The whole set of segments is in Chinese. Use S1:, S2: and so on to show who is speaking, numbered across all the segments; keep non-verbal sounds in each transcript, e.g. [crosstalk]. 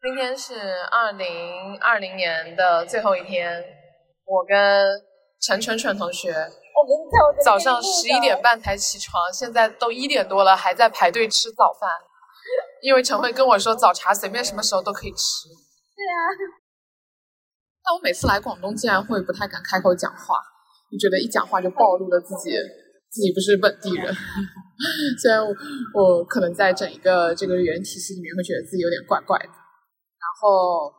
S1: 今天是二零二零年的最后一天，我跟陈蠢蠢同学
S2: 哦
S3: 我跟你讲，我
S1: 早上十一点
S3: 半，
S1: 半才起床，现在都一点多了，还在排队吃早饭，因为陈慧跟我说早茶随便什么时候都可以吃。
S3: 对啊，
S1: 但我每次来广东，竟然会不太敢开口讲话，就觉得一讲话就暴露了自己，自己不是本地人。 [laughs] 虽然我我可能在整一个这个语言体系里面会觉得自己有点怪怪的，然后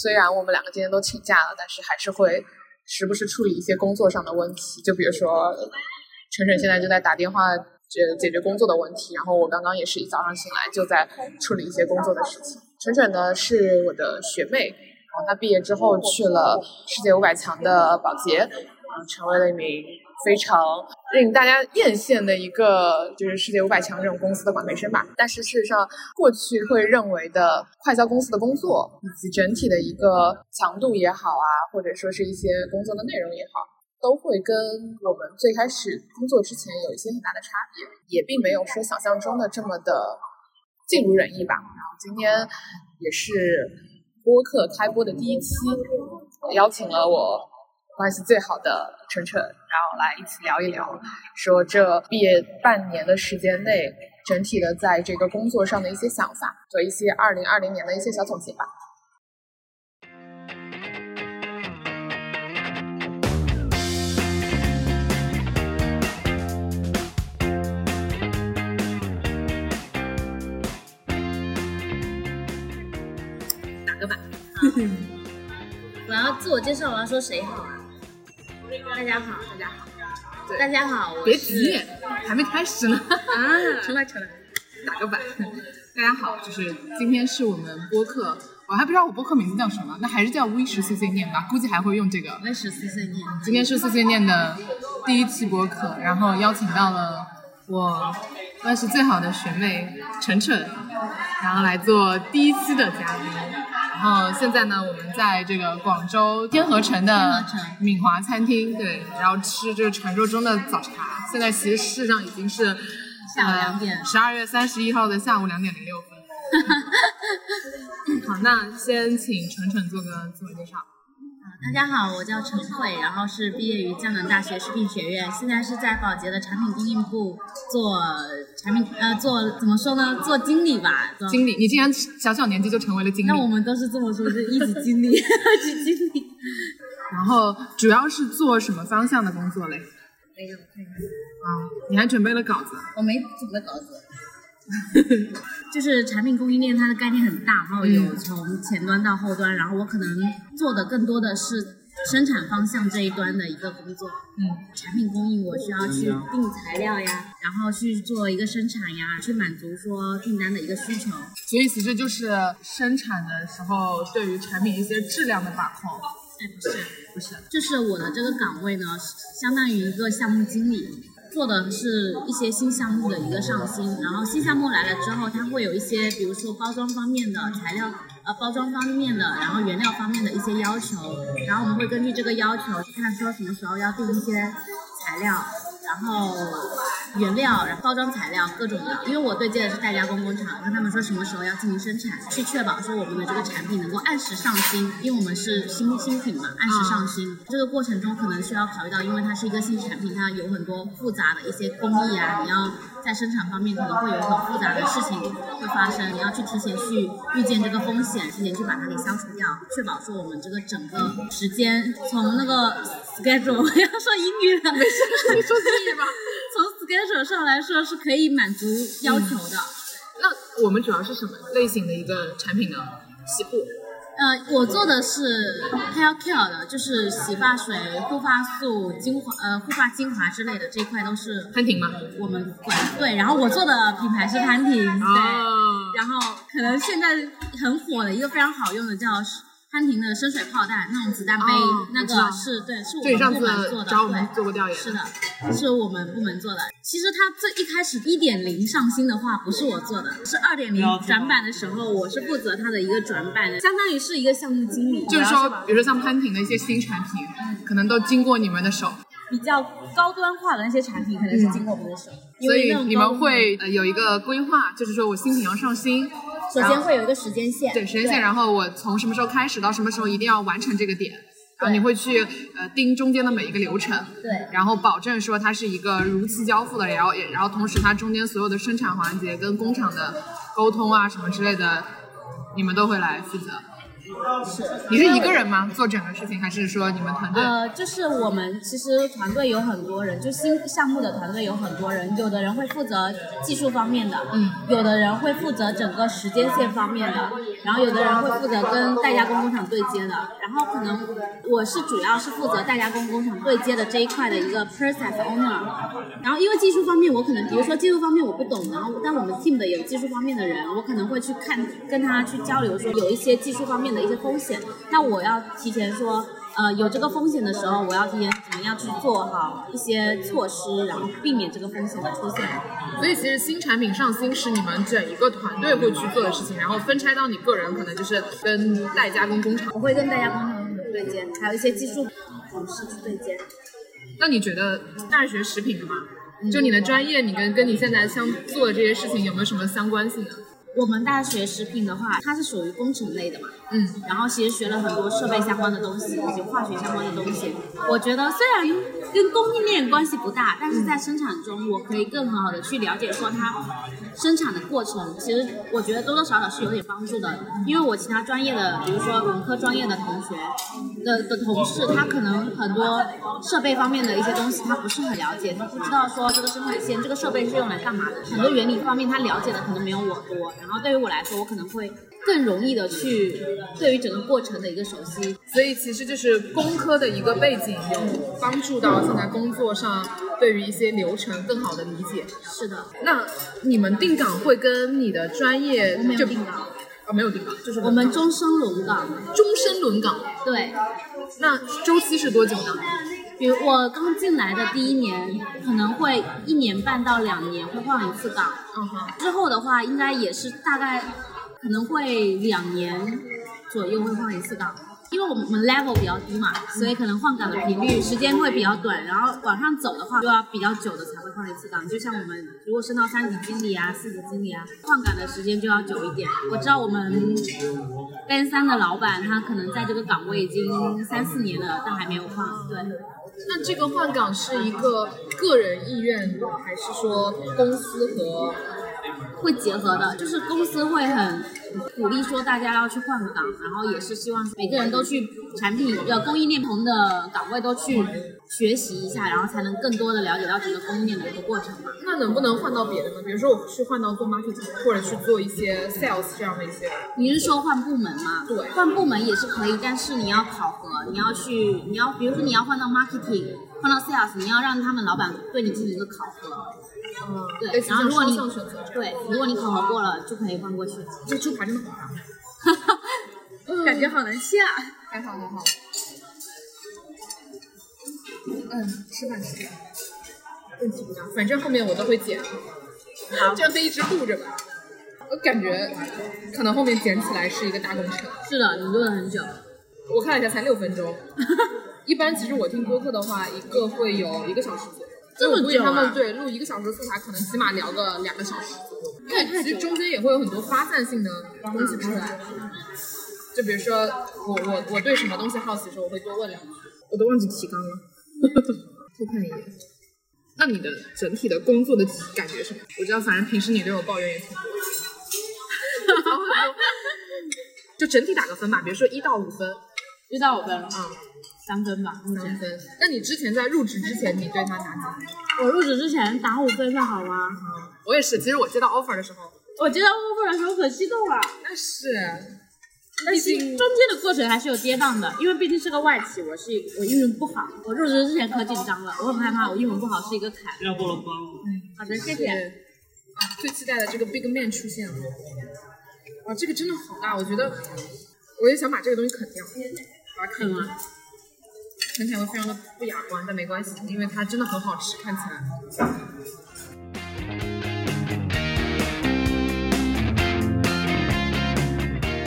S1: 虽然我们两个今天都请假了，但是还是会时不时处理一些工作上的问题，就比如说晨晨现在就在打电话解解决工作的问题，然后我刚刚也是一早上醒来就在处理一些工作的事情。晨晨呢是我的学妹，然后她毕业之后去了世界五百强的保洁，嗯，成为了一名非常令大家艳羡的一个就是世界五百强这种公司的管培生吧。但是事实上，过去会认为的快销公司的工作，以及整体的一个强度也好啊，或者说是一些工作的内容也好。都会跟我们最开始工作之前有一些很大的差别，也并没有说想象中的这么的尽如人意吧。然后今天也是播客开播的第一期，邀请了我关系最好的晨晨，然后来一起聊一聊，说这毕业半年的时间内，整体的在这个工作上的一些想法和一些二零二零年的一些小总结吧。
S3: 我要自我介绍，我要说谁好啊？大家好，大家好，
S1: 对
S3: 大家好，我
S4: 别
S3: 是
S4: 急，还没开始呢。 [laughs]
S3: 啊，
S4: 重来，重来，打个板。 [laughs] 大家好，就是今天是我们播客，我还不知道我播客名字叫什么，那还是叫 V 十碎碎念吧，估计还会用这个。
S3: 我也是碎碎念，
S4: 今天是碎碎念的第一期播客，然后邀请到了我万是最好的学妹晨晨，然后来做第一期的嘉宾。然后现在呢，我们在这个广州天河城的
S3: 天河城
S4: 闽华餐厅，对，然后吃就是传说中的早茶。现在其实事实上已经是呃
S3: 下午两点
S4: 十二月三十一号的下午两点零六分。 [laughs] 好，那先请晨晨做个自我介绍。
S3: 大家好，我叫陈慧，然后是毕业于江南大学食品学院，现在是在保洁的产品供应部做产品呃做怎么说呢？做经理吧。做
S4: 经理，你竟然小小年纪就成为了经理，
S3: 那我们都是这么说，是一级经理， [laughs] 二级经
S4: [laughs]
S3: 理。
S4: 然后主要是做什么方向的工作嘞？
S3: 没有，
S4: 啊，你还准备了稿子，
S3: 我没准备稿子。 [laughs] 就是产品供应链，它的概念很大，然后有
S4: 嗯
S3: 从前端到后端，然后我可能做的更多的是生产方向这一端的一个工作。
S4: 嗯，
S3: 产品供应，我需要去定材料呀，然后去做一个生产呀，去满足说订单的一个需求。
S4: 所以其实就是生产的时候对于产品一些质量的把控，
S3: 哎，不是，
S4: 不是？
S3: 就是我的这个岗位呢，相当于一个项目经理，做的是一些新项目的一个上新。然后新项目来了之后，它会有一些，比如说包装方面的材料，呃，包装方面的，然后原料方面的一些要求。然后我们会根据这个要求去看说什么时候要定一些材料，然后原料，然后包装材料各种的。因为我对接的是代加工工厂，跟他们说什么时候要进行生产，去确保说我们的这个产品能够按时上新，因为我们是新新品嘛，按时上新。这个过程中可能需要考虑到，因为它是一个新产品，它有很多复杂的一些工艺啊，你要在生产方面可能会有很复杂的事情会发生，你要去提前去预见这个风险，提前去把它给消除掉，确保说我们这个整个时间从那个 schedule 我要说英语了，没事，
S4: 你说英语吧。
S3: [laughs] 从 schedule 上来说是可以满足要求的。
S4: 那我们主要是什么类型的一个产品呢？洗护，
S3: 呃，我做的是 hair care 的，就是洗发水、护发素、精华呃护发精华之类的这一块都是
S4: 潘婷吗？
S3: 我们管对。然后我做的品牌是潘婷，对。
S4: 哦，
S3: 然后可能现在很火的一个非常好用的叫潘婷的深水炮弹那种子弹杯，
S4: 哦
S3: 那
S4: 我知道
S3: 个是对，是我
S4: 就你上
S3: 们部门做
S4: 次
S3: 的，
S4: 找我们
S3: 对
S4: 做过调研，
S3: 是的，是我们部门做的。其实它最一开始一点零上新的话，不是我做的，是二点零转版的时候，我是负责它的一个转版的，相当于是一个项目经理，
S4: 就是说
S3: 然后，
S4: 比如说像潘婷的一些新产品，
S3: 嗯
S4: 可能都经过你们的手，
S3: 比较高端化的那些产品，可能是经过我们的手，
S4: 嗯
S3: 因
S4: 所
S3: 为
S4: 以
S3: 那种
S4: 你
S3: 高
S4: 们会呃有一个规划，就是说我新品要上新，
S3: 首先会有一个时间线，
S5: 对时间线，然后我从什么时候开始到什么时候一定要完成这个点，然后你会去呃盯中间的每一个流程，
S3: 对
S5: 然后保证说它是一个如期交付的，然后也然后同时它中间所有的生产环节跟工厂的沟通啊什么之类的，你们都会来负责。
S3: 是。
S5: 你是一个人吗？做整个事情，还是说你们团队？
S3: 呃，就是我们其实团队有很多人，就新项目的团队有很多人，有的人会负责技术方面的，
S5: 嗯，
S3: 有的人会负责整个时间线方面的，然后有的人会负责跟代加工工厂对接的，然后可能我是主要是负责代加工工厂对接的这一块的一个 process owner，然后因为技术方面我可能，比如说技术方面我不懂，然后但我们 team 的有技术方面的人，我可能会去看跟他去交流，说有一些技术方面的一些风险，那我要提前说。呃，有这个风险的时候，我要提前怎么样去做好一些措施，然后避免这个风险的出现。
S5: 所以其实新产品上新是你们整一个团队会去做的事情，然后分拆到你个人，可能就是跟代加工工厂。
S3: 我会跟大家工程师对接，还有一些技术同事去对接。
S5: 那你觉得大学食品的嘛，就你的专业，你跟跟你现在相做的这些事情有没有什么相关性啊？
S3: 我们大学食品的话，它是属于工程类的嘛，
S5: 嗯，
S3: 然后其实学了很多设备相关的东西，以及化学相关的东西。我觉得虽然跟供应链关系不大，但是在生产中，我可以更好的去了解说它生产的过程。其实我觉得多多少少是有点帮助的，因为我其他专业的，比如说文科专业的同学的的同事，他可能很多设备方面的一些东西他不是很了解，他不知道说这个生产线这个设备是用来干嘛的，很多原理方面他了解的可能没有我多。然后对于我来说，我可能会。更容易的去对于整个过程的一个熟悉。
S5: 所以其实就是工科的一个背景，有帮助到现在工作上对于一些流程更好的理解。
S3: 是的，
S5: 那你们定岗会跟你的专业
S3: 我没有
S5: 就
S3: 定岗，
S5: 哦，没有定岗，就是
S3: 我们终身轮岗。
S5: 终身轮岗，
S3: 对，
S5: 那周期是多久呢？
S3: 嗯比如我刚进来的第一年，可能会一年半到两年会换一次岗，
S5: 嗯哼，
S3: 之后的话应该也是大概可能会两年左右会换一次岗。因为我们 level 比较低嘛，所以可能换岗的频率时间会比较短，然后往上走的话就要比较久的才会换一次岗。就像我们如果升到三级经理啊、四级经理啊，换岗的时间就要久一点。我知道我们 Ben 三的老板他可能在这个岗位已经三四年了，但还没有换。对，
S5: 那这个换岗是一个个人意愿，还是说公司和
S3: 会结合的，就是公司会很鼓励说大家要去换岗，然后也是希望每个人都去产品呃供应链不同的岗位都去学习一下，然后才能更多的了解到整个供应链的一个过程嘛。
S5: 那能不能换到别的呢？比如说我去换到做 marketing，或者去做一些 sales 这样的一些，
S3: 你是说换部门吗？
S5: 对
S3: 换部门也是可以，但是你要考核，你要去，你要比如说你要换到 marketing，换到 sales，你要让他们老板对你进行一个考核。
S5: 嗯，
S3: 对
S5: 类似
S3: 然后
S5: 像
S3: 如果
S5: 双
S3: 你
S5: 向选择这样，
S3: 对，如果你考核过了，就可以换过去。 [laughs]
S5: 这猪排真的好大，
S3: 感觉好难吃啊！
S5: 还好还好。嗯，吃饭吃饭，问题不大，反正后面我都会剪，
S3: 好
S5: 这样就一直录着吧。我感觉可能后面剪起来是一个大工程。
S3: 是的，你做了很久。
S5: 我看了一下，才六分
S3: [laughs]
S5: 钟。一般其实我听播客的话，一个会有一个小时左右。所
S3: 这
S5: 以
S3: 么
S5: 我估计
S3: 久啊
S5: 他们对录一个小时的素材，可能起码聊个两个小时左右。但其实中间也会有很多发散性的东西出来，就比如说我我我对什么东西好奇的时候，我会多问两句。我都忘记提纲了， [laughs] 偷看一眼。那你的整体的工作的感觉是什么？我知道，反正平时你对我抱怨也挺多的。 [laughs] 就整体打个分吧，比如说一到五分，
S3: 遇到我分了，
S5: 啊、
S3: 三分吧，目
S5: 三
S3: 前。
S5: 分。那你之前在入职之前，你对他打几分？
S3: 我入职之前打五分就好吗？
S5: 我也是，其实我接到 offer 的时候，
S3: 我接到 offer 的时候可激动了，
S5: 那是，啊
S3: 但
S5: 毕
S3: 是中
S5: 竟
S3: 间的过程还是有跌宕的，因为毕竟是个外企，我是我英文不好，我入职之前可紧张了，我很害怕我英文不好是一个坎。
S6: 要不能帮我。
S3: 好的，谢
S5: 对
S3: 谢。
S5: 啊，最期待的这个 big man 出现了。啊，这个真的好大，我觉得我也想把这个东西啃掉，把它啃
S3: 啃
S5: 掉，
S3: 完，
S5: 啃起来会非常的不雅观，但没关系，因为它真的很好吃，看起来。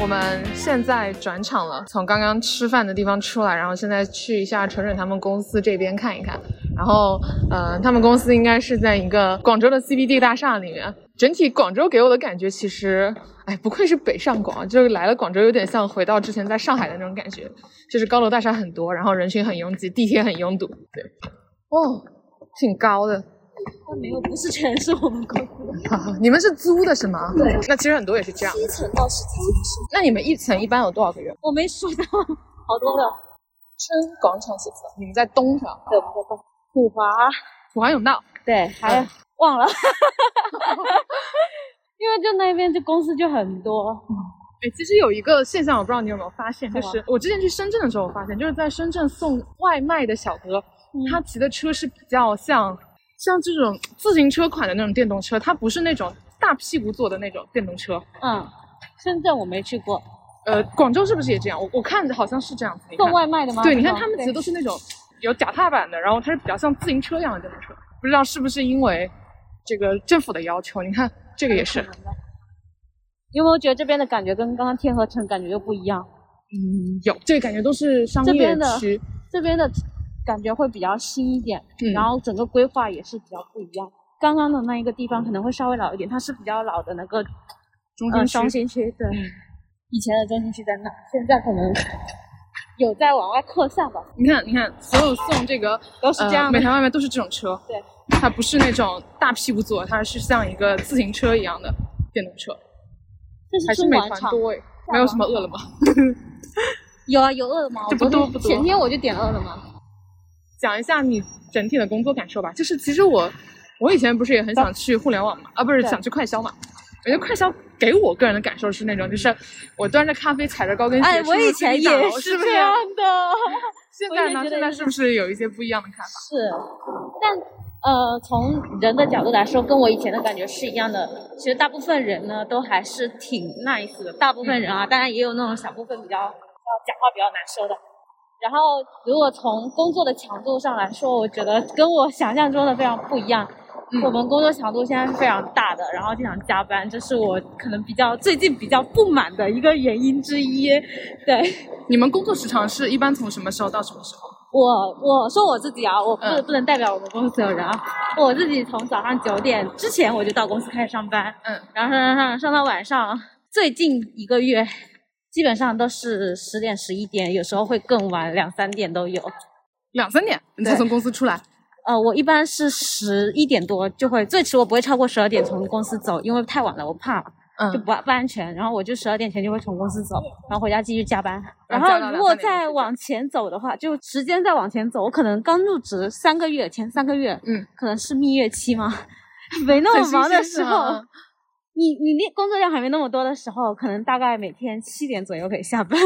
S5: 我们现在转场了，从刚刚吃饭的地方出来，然后现在去一下纯纯他们公司这边看一看。然后，呃，他们公司应该是在一个广州的 CBD 大厦里面。整体广州给我的感觉，其实，哎，不愧是北上广，就是来了广州有点像回到之前在上海的那种感觉，就是高楼大厦很多，然后人群很拥挤，地铁很拥堵。对，哦，挺高的。 [laughs]
S2: 但没有，不是全是我们公司，
S5: 啊你们是租的是吗？
S2: 对。
S5: 那其实很多也是这样。
S2: 七层到十几层哦是，
S5: 那你们一层一般有多少个人？
S2: [laughs] 我没数到，好多的。
S5: 春广场写字楼，你们在东上，
S2: 对，我在虎华，
S5: 普华永道。
S2: 对，还、
S5: 嗯
S2: 忘了， [laughs] 因为就那边就公司就很多，
S5: 哎，其实有一个现象，我不知道你有没有发现，就
S2: 什么
S5: 是我之前去深圳的时候，我发现就是在深圳送外卖的小哥，
S2: 嗯
S5: 他骑的车是比较像像这种自行车款的那种电动车，它不是那种大屁股坐的那种电动车。
S2: 嗯，深圳我没去过，
S5: 呃，广州是不是也这样？我我看好像是这样子。你看
S2: 送外卖的吗？
S5: 对，你看
S2: 嗯
S5: 他们骑的都是那种有脚踏板的，然后它是比较像自行车一样的电动车，不知道是不是因为这个政府的要求？你看这个也
S2: 嗯
S5: 是，
S2: 有没有觉得这边的感觉跟刚刚天河城感觉就不一样？
S5: 嗯，有这个感觉都是商
S2: 这
S5: 业
S2: 边的
S5: 区。
S2: 这边的感觉会比较新一点，
S5: 嗯
S2: 然后整个规划也是比较不一样。刚刚的那一个地方可能会稍微老一点，它是比较老的那个
S5: 中
S2: 呃
S5: 心
S2: 双
S5: 区，
S2: 心区，对，
S7: 嗯
S2: 以前的中心区在那，现在可能 [laughs] 有在往外扩散吧，
S5: 你看，你看，所有送这个
S2: 都是这样的
S5: 呃、每。台外卖都是这种车，
S2: 对，
S5: 它不是那种大屁股坐，它是像一个自行车一样的电动车，
S2: 这
S5: 还
S2: 是
S5: 是
S2: 春
S5: 美
S2: 广
S5: 团
S2: 场，
S5: 多哎，没有什么饿了么，
S2: 有啊有饿了么，
S5: 这
S2: 我昨
S5: 不多
S2: 天
S5: 不多
S2: 前天我就点饿了么，
S5: 讲一下你整体的工作感受吧。就是其实我，我以前不是也很想去互联网嘛，啊，不是
S2: 对
S5: 想去快消嘛。我觉得快消给我个人的感受是那种，就是我端着咖啡，踩着高跟鞋，
S2: 哎，我以前也
S5: 是
S2: 是
S5: 不
S2: 这样的，
S5: 现
S2: 我
S5: 在
S2: 也
S5: 呢
S2: 觉？得
S5: 现在是不是有一些不一样的看法？
S2: 是，但呃，从人的角度来说，跟我以前的感觉是一样的。其实大部分人呢，都还是挺 nice 的，大部分人啊，当然也有那种小部分比较呃讲话比较难说的。然后，如果从工作的强度上来说，我觉得跟我想象中的非常不一样。
S5: 嗯
S2: 我们工作强度现在是非常大的，然后经常加班，这是我可能比较最近比较不满的一个原因之一。对，
S5: 你们工作时长是一般从什么时候到什么时候？
S2: 我我说我自己啊，我不、
S5: 嗯
S2: 不能代表我们公司所有人啊。我自己从早上九点之前我就到公司开始上班，
S5: 嗯，
S2: 然后上上上上到晚上，最近一个月基本上都是十点十一点，有时候会更晚，两三点都有。
S5: 两三点你才
S2: 对
S5: 从公司出来。
S2: 呃，我一般是十一点多就会，最迟我不会超过十二点从公司走，因为太晚了我怕就
S5: 嗯，
S2: 不不安全。然后我就十二点前就会从公司走，然后回家继续加班。然
S5: 然嗯后加到
S2: 后
S5: 两
S2: 如果
S5: 三点
S2: 再往前走的话，就时间再往前走，我可能刚入职三个月，前三个月，
S5: 嗯，
S2: 可能是蜜月期嘛， [laughs] 没那么忙的时
S5: 很新鲜是
S2: 候嗯
S5: 吗，
S2: 你你那工作量还没那么多的时候，可能大概每天七点左右可以下班。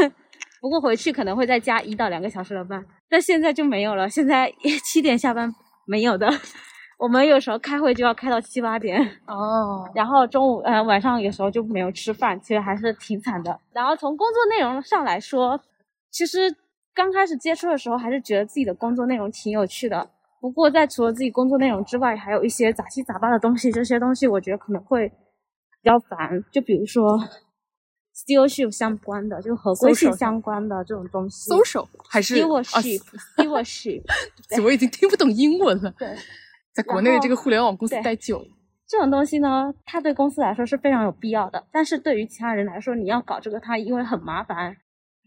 S2: 不过回去可能会再加一到两个小时的班，但现在就没有了。现在 [laughs] 七点下班没有的， [laughs] 我们有时候开会就要开到七八点。
S5: 哦，
S2: [laughs] 然后中午呃晚上有时候就没有吃饭，其实还是挺惨的。然后从工作内容上来说，其实刚开始接触的时候还是觉得自己的工作内容挺有趣的。不过在除了自己工作内容之外，还有一些杂七杂八的东西，这些东西我觉得可能会比较烦。就比如说 stewardship 相关的，就合规性
S5: Social
S2: 相关的这种东西。
S5: social 还是啊
S2: stewardship
S5: [laughs]
S2: stewardship
S5: 我已经听不懂英文了。
S2: 对。
S5: 在国内的
S2: 然后
S5: 这个互联网公司
S2: 对
S5: 待久了，
S2: 这种东西呢，它对公司来说是非常有必要的，但是对于其他人来说，你要搞这个，它因为很麻烦，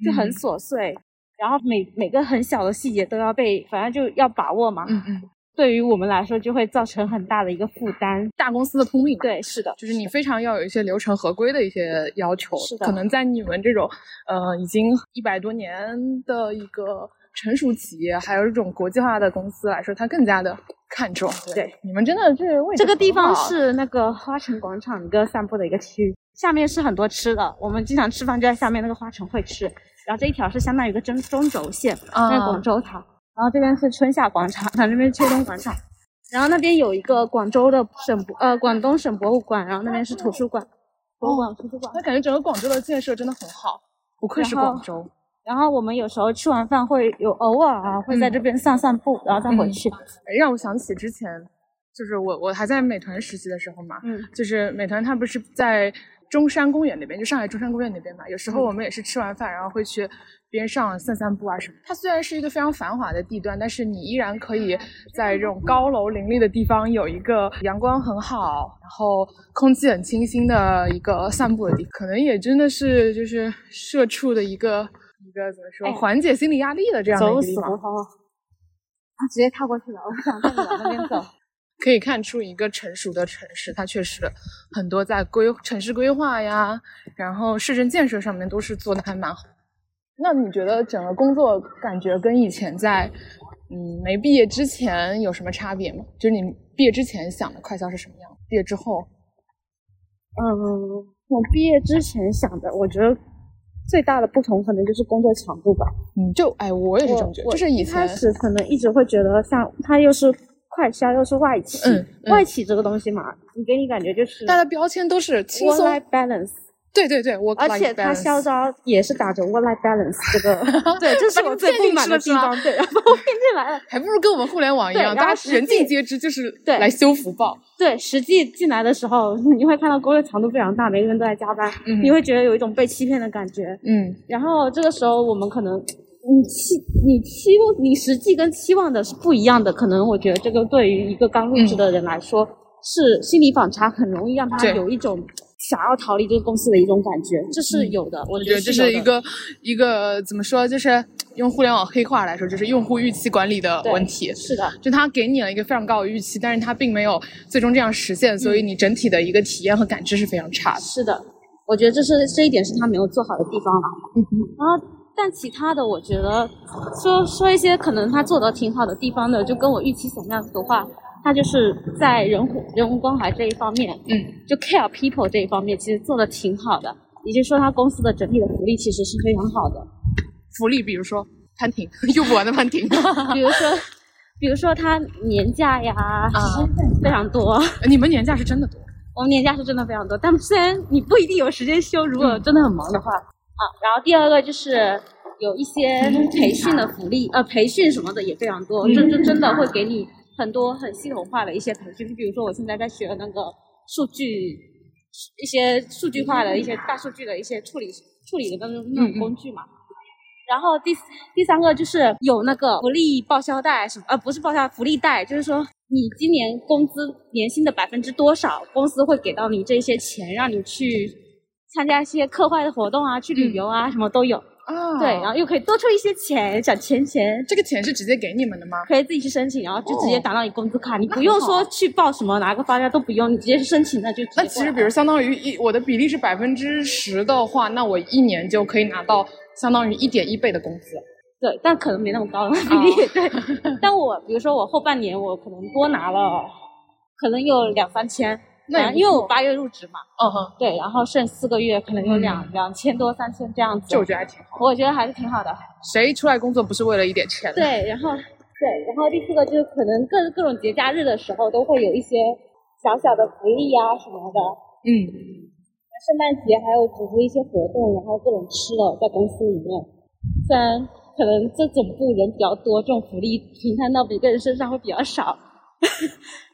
S2: 就很
S5: 嗯
S2: 琐碎，然后每每个很小的细节都要被，反正就要把握嘛。
S5: 嗯嗯，
S2: 对于我们来说，就会造成很大的一个负担。
S5: 大公司的通病吧。
S2: 对，是的，
S5: 就是你非常要有一些流程合规的一些要求，
S2: 是的
S5: 可能在你们这种呃已经一百多年的一个成熟企业，还有这种国际化的公司来说，它更加的看重。
S2: 对，
S5: 你们真的这位置
S2: 这个地
S5: 很
S2: 方
S5: 好啊
S2: 是那个花城广场一个散步的一个区，下面是很多吃的，我们经常吃饭就在下面那个花城会吃。然后这一条是相当于一个中中轴线，
S5: 啊
S2: 那是广州塔。然后这边是春夏广场，然后这边是秋冬广场。然后那边有一个广州的省博呃广东省博物馆，然后那边是图书馆，博物馆图书馆。
S5: 那感觉整个广州的建设真的很好，不愧是
S2: 然后
S5: 广州。
S2: 然后我们有时候吃完饭会有偶尔啊会在这边散散步，然后再回去。
S5: 让我想起之前，就是我我还在美团实习的时候嘛，
S2: 嗯
S5: 就是美团它不是在中山公园那边，就上海中山公园那边嘛。有时
S2: 嗯
S5: 候我们也是吃完饭，然后会去边上散散步啊什么。它虽然是一个非常繁华的地段，但是你依然可以在这种高楼林立的地方有一个阳光很好，然后空气很清新的一个散步的地方。可能也真的是就是社畜的一个一个怎么说，
S2: 哎
S5: 缓解心理压力的这样的一
S2: 走
S5: 个
S2: 死
S5: 地方
S2: 胡。同，啊，直接跳过去了，我不想在你往那边走。
S5: 可以看出一个成熟的城市，它确实很多在规城市规划呀，然后市政建设上面都是做的还蛮好。那你觉得整个工作感觉跟以前在嗯没毕业之前有什么差别吗？就是你毕业之前想的快消是什么样，毕业之后，
S2: 嗯，我毕业之前想的，我觉得最大的不同可能就是工作强度吧。
S5: 嗯，就哎，我也是这么觉得，
S2: 我
S5: 就是以
S2: 一开
S5: 前
S2: 始可能一直会觉得像它又是快消又是外企，
S5: 嗯嗯
S2: 外企这个东西嘛，你给你感觉就是
S5: 大家标签都是轻
S2: work
S5: 松，
S2: life balance，
S5: 对对对，我
S2: 而且它嚣张也是打着 work life balance 这个， [laughs] 对，这是我最不满的地方， [laughs] 对，然后我骗进来了。
S5: 还不如跟我们互联网一
S2: 对
S5: 样，
S2: 然后
S5: 大
S2: 实
S5: 家人
S2: 际
S5: 尽皆知，就是
S2: 对
S5: 来修福报。
S2: 对，实际进来的时候，你会看到工作强度非常大，每个人都在加班，
S5: 嗯
S2: 你会觉得有一种被欺骗的感觉。
S5: 嗯
S2: 然后这个时候我们可能，你期你期望你实际跟期望的是不一样的，可能我觉得这个对于一个刚入职的人来说，是心理反差很容易让他
S5: 对
S2: 有一种想要逃离这个公司的一种感觉，这是
S5: 嗯
S2: 有的，我
S5: 我
S2: 觉
S5: 觉
S2: 得
S5: 得这
S2: 有
S5: 是
S2: 的
S5: 一个一个怎么说，就是用互联网黑话来说，就是用户预期管理的
S2: 对
S5: 问题。
S2: 是的，
S5: 就它给你了一个非常高的预期，但是它并没有最终这样实现，所以
S2: 嗯
S5: 你整体的一个体验和感知是非常差的。
S2: 是的，我觉得这是这一点是他没有做好的地方了。然后，但其他的我觉得说说一些可能他做的挺好的地方的，就跟我预期想象的话，他就是在人虎人文关怀这一方面，
S5: 嗯，
S2: 就 care people 这一方面，其实做的挺好的。也就是说，他公司的整体的福利其实是非常好的。 [laughs]
S5: 福利，比如说潘婷用不完的潘婷，
S2: 比如说，比如说他年假呀，非常多。
S5: 你们年假是真的多。
S2: 我们年假是真的非常多，但虽然你不一定有时间休，如果真的很忙的话、啊。然后第二个就是有一些培训的福利，呃，培训什么的也非常多，这就真的会给你很多很系统化的一些培训，比如说我现在在学那个数据。一些数据化的一些大数据的一些处理处理的那种那种工具嘛，然后第第三个就是有那个福利报销贷什么，呃，不是报销福利贷，就是说你今年工资年薪的百分之多少，公司会给到你这些钱，让你去参加一些课外的活动啊，去
S5: 嗯
S2: 旅游啊，什么都有。
S5: 啊
S2: [laughs] 对，然后又可以多出一些钱，攒钱钱。
S5: 这个钱是直接给你们的吗？
S2: 可以自己去申请，然后就直接
S5: 哦
S2: 打到你工资卡，你
S5: 那
S2: 不用
S5: 很好
S2: 说去报什么哪个发票都不用，你直接去申请那就直接啊
S5: 那其
S2: 过
S5: 实，
S2: 来
S5: 比如相当于一我的比例是百分之十的话，那我一年就可以拿到相当于一点一倍的工资。
S2: 对，但可能没那么高了比 [laughs]
S5: 哦
S2: 例。对，但我比如说我后半年我可能多拿了，可能有两三千。
S5: 那也
S2: 然后
S5: 不
S2: 因为我八月入职嘛，
S5: 嗯哼，
S2: 对，然后剩四个月可能有
S5: 嗯
S2: 两、两千多、三千这样子。
S5: 这我觉得还挺好。
S2: 我觉得还是挺好的。
S5: 谁出来工作不是为了一点钱？
S2: 对，然后对，然后第四个就是可能各各种节假日的时候都会有一些小小的福利啊什么的，
S5: 嗯，
S2: 圣诞节还有组织一些活动，然后各种吃的在公司里面。虽然可能这总部人比较多，这种福利平摊到每个人身上会比较少， [laughs]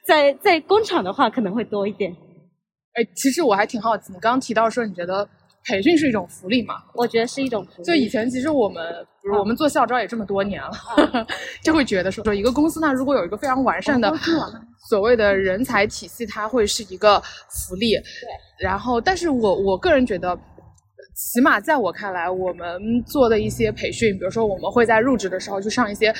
S2: 在在工厂的话可能会多一点。
S5: 哎，其实我还挺好奇，你刚刚提到说你觉得培训是一种福利嘛？
S2: 我觉得是一种福利。
S5: 就以前其实我们，比如我们做校招也这么多年了， [laughs] 就会觉得说，说一个公司它如果有一个非常完善的所谓的人才体系，它会是一个福利。对。然后，但是我我个人觉得。起码在我看来，我们做的一些培训，比如说我们会在入职的时候去上一些，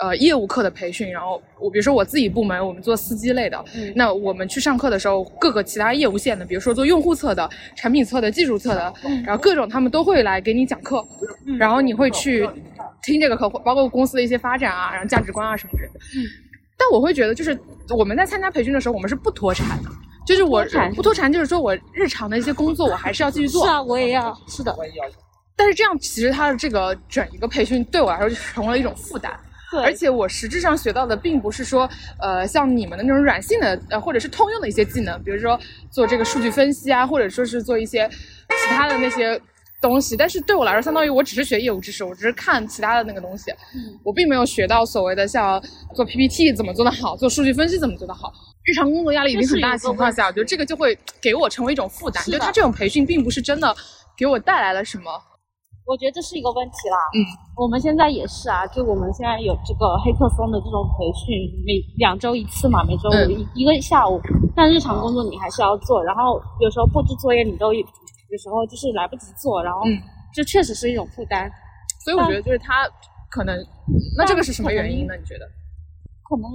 S5: 呃，业务课的培训。然后我比如说我自己部门，我们做司机类的，那我们去上课的时候，各个其他业务线的，比如说做用户侧的、产品侧的、技术侧的，
S2: 嗯
S5: 然后各种他们都会来给你讲课，然后你会去听这个课，包括公司的一些发展啊，然后价值观啊什么之类的。
S2: 嗯
S5: 但我会觉得，就是我们在参加培训的时候，我们是不脱产的，就是我
S2: 不脱产
S5: 不脱产，就是说我日常的一些工作我还是要继续做
S2: 是。啊，我也要。是的，
S5: 但是这样其实它的这个整一个培训对我来说就成了一种负担。
S2: 对，
S5: 而且我实质上学到的并不是说，呃，像你们的那种软性的，呃，或者是通用的一些技能，比如说做这个数据分析啊，或者说是做一些其他的那些东西。但是对我来说，相当于我只是学业务知识，我只是看其他的那个东西，我并没有学到所谓的像做 PPT 怎么做得好，做数据分析怎么做得好。日常工作压力已经很大的情况下，我觉得这个就会给我成为一种负担。
S2: 是
S5: 就
S2: 的
S5: 他这种培训并不是真的给我带来了什么，
S2: 我觉得这是一个问题啦。
S5: 嗯，
S2: 我们现在也是啊，就我们现在有这个黑客松的这种培训，每两周一次嘛，每周五
S5: 嗯
S2: 一、一个下午。但日常工作你还是要做，然后有时候布置作业你都有时候就是来不及做，然后
S5: 嗯
S2: 就确实是一种负担。
S5: 所以我觉得就是他可能，那这个是什么原因呢？你觉得？
S2: 可能，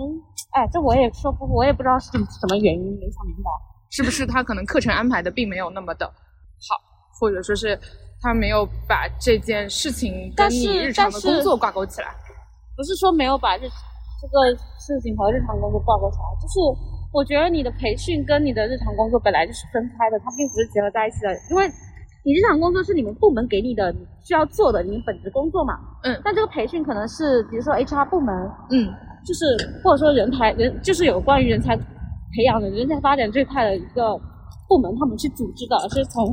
S2: 哎，这我也说不，我也不知道是什么原因，没想明白。
S5: 是不是他可能课程安排的并没有那么的好，或者说是他没有把这件事情跟
S2: 但
S5: 你
S2: 是
S5: 日常的
S2: 但是
S5: 工作挂钩起来？
S2: 不是说没有把日这个事情和日常工作挂钩起来，就是我觉得你的培训跟你的日常工作本来就是分开的，它并不是结合在一起的，因为你日常工作是你们部门给你的，你需要做的，你们本职工作嘛。
S5: 嗯。
S2: 但这个培训可能是比如说 HR 部门，
S5: 嗯，
S2: 就是或者说人才人就是有关于人才培养的人才发展这块的一个部门，他们去组织的，是从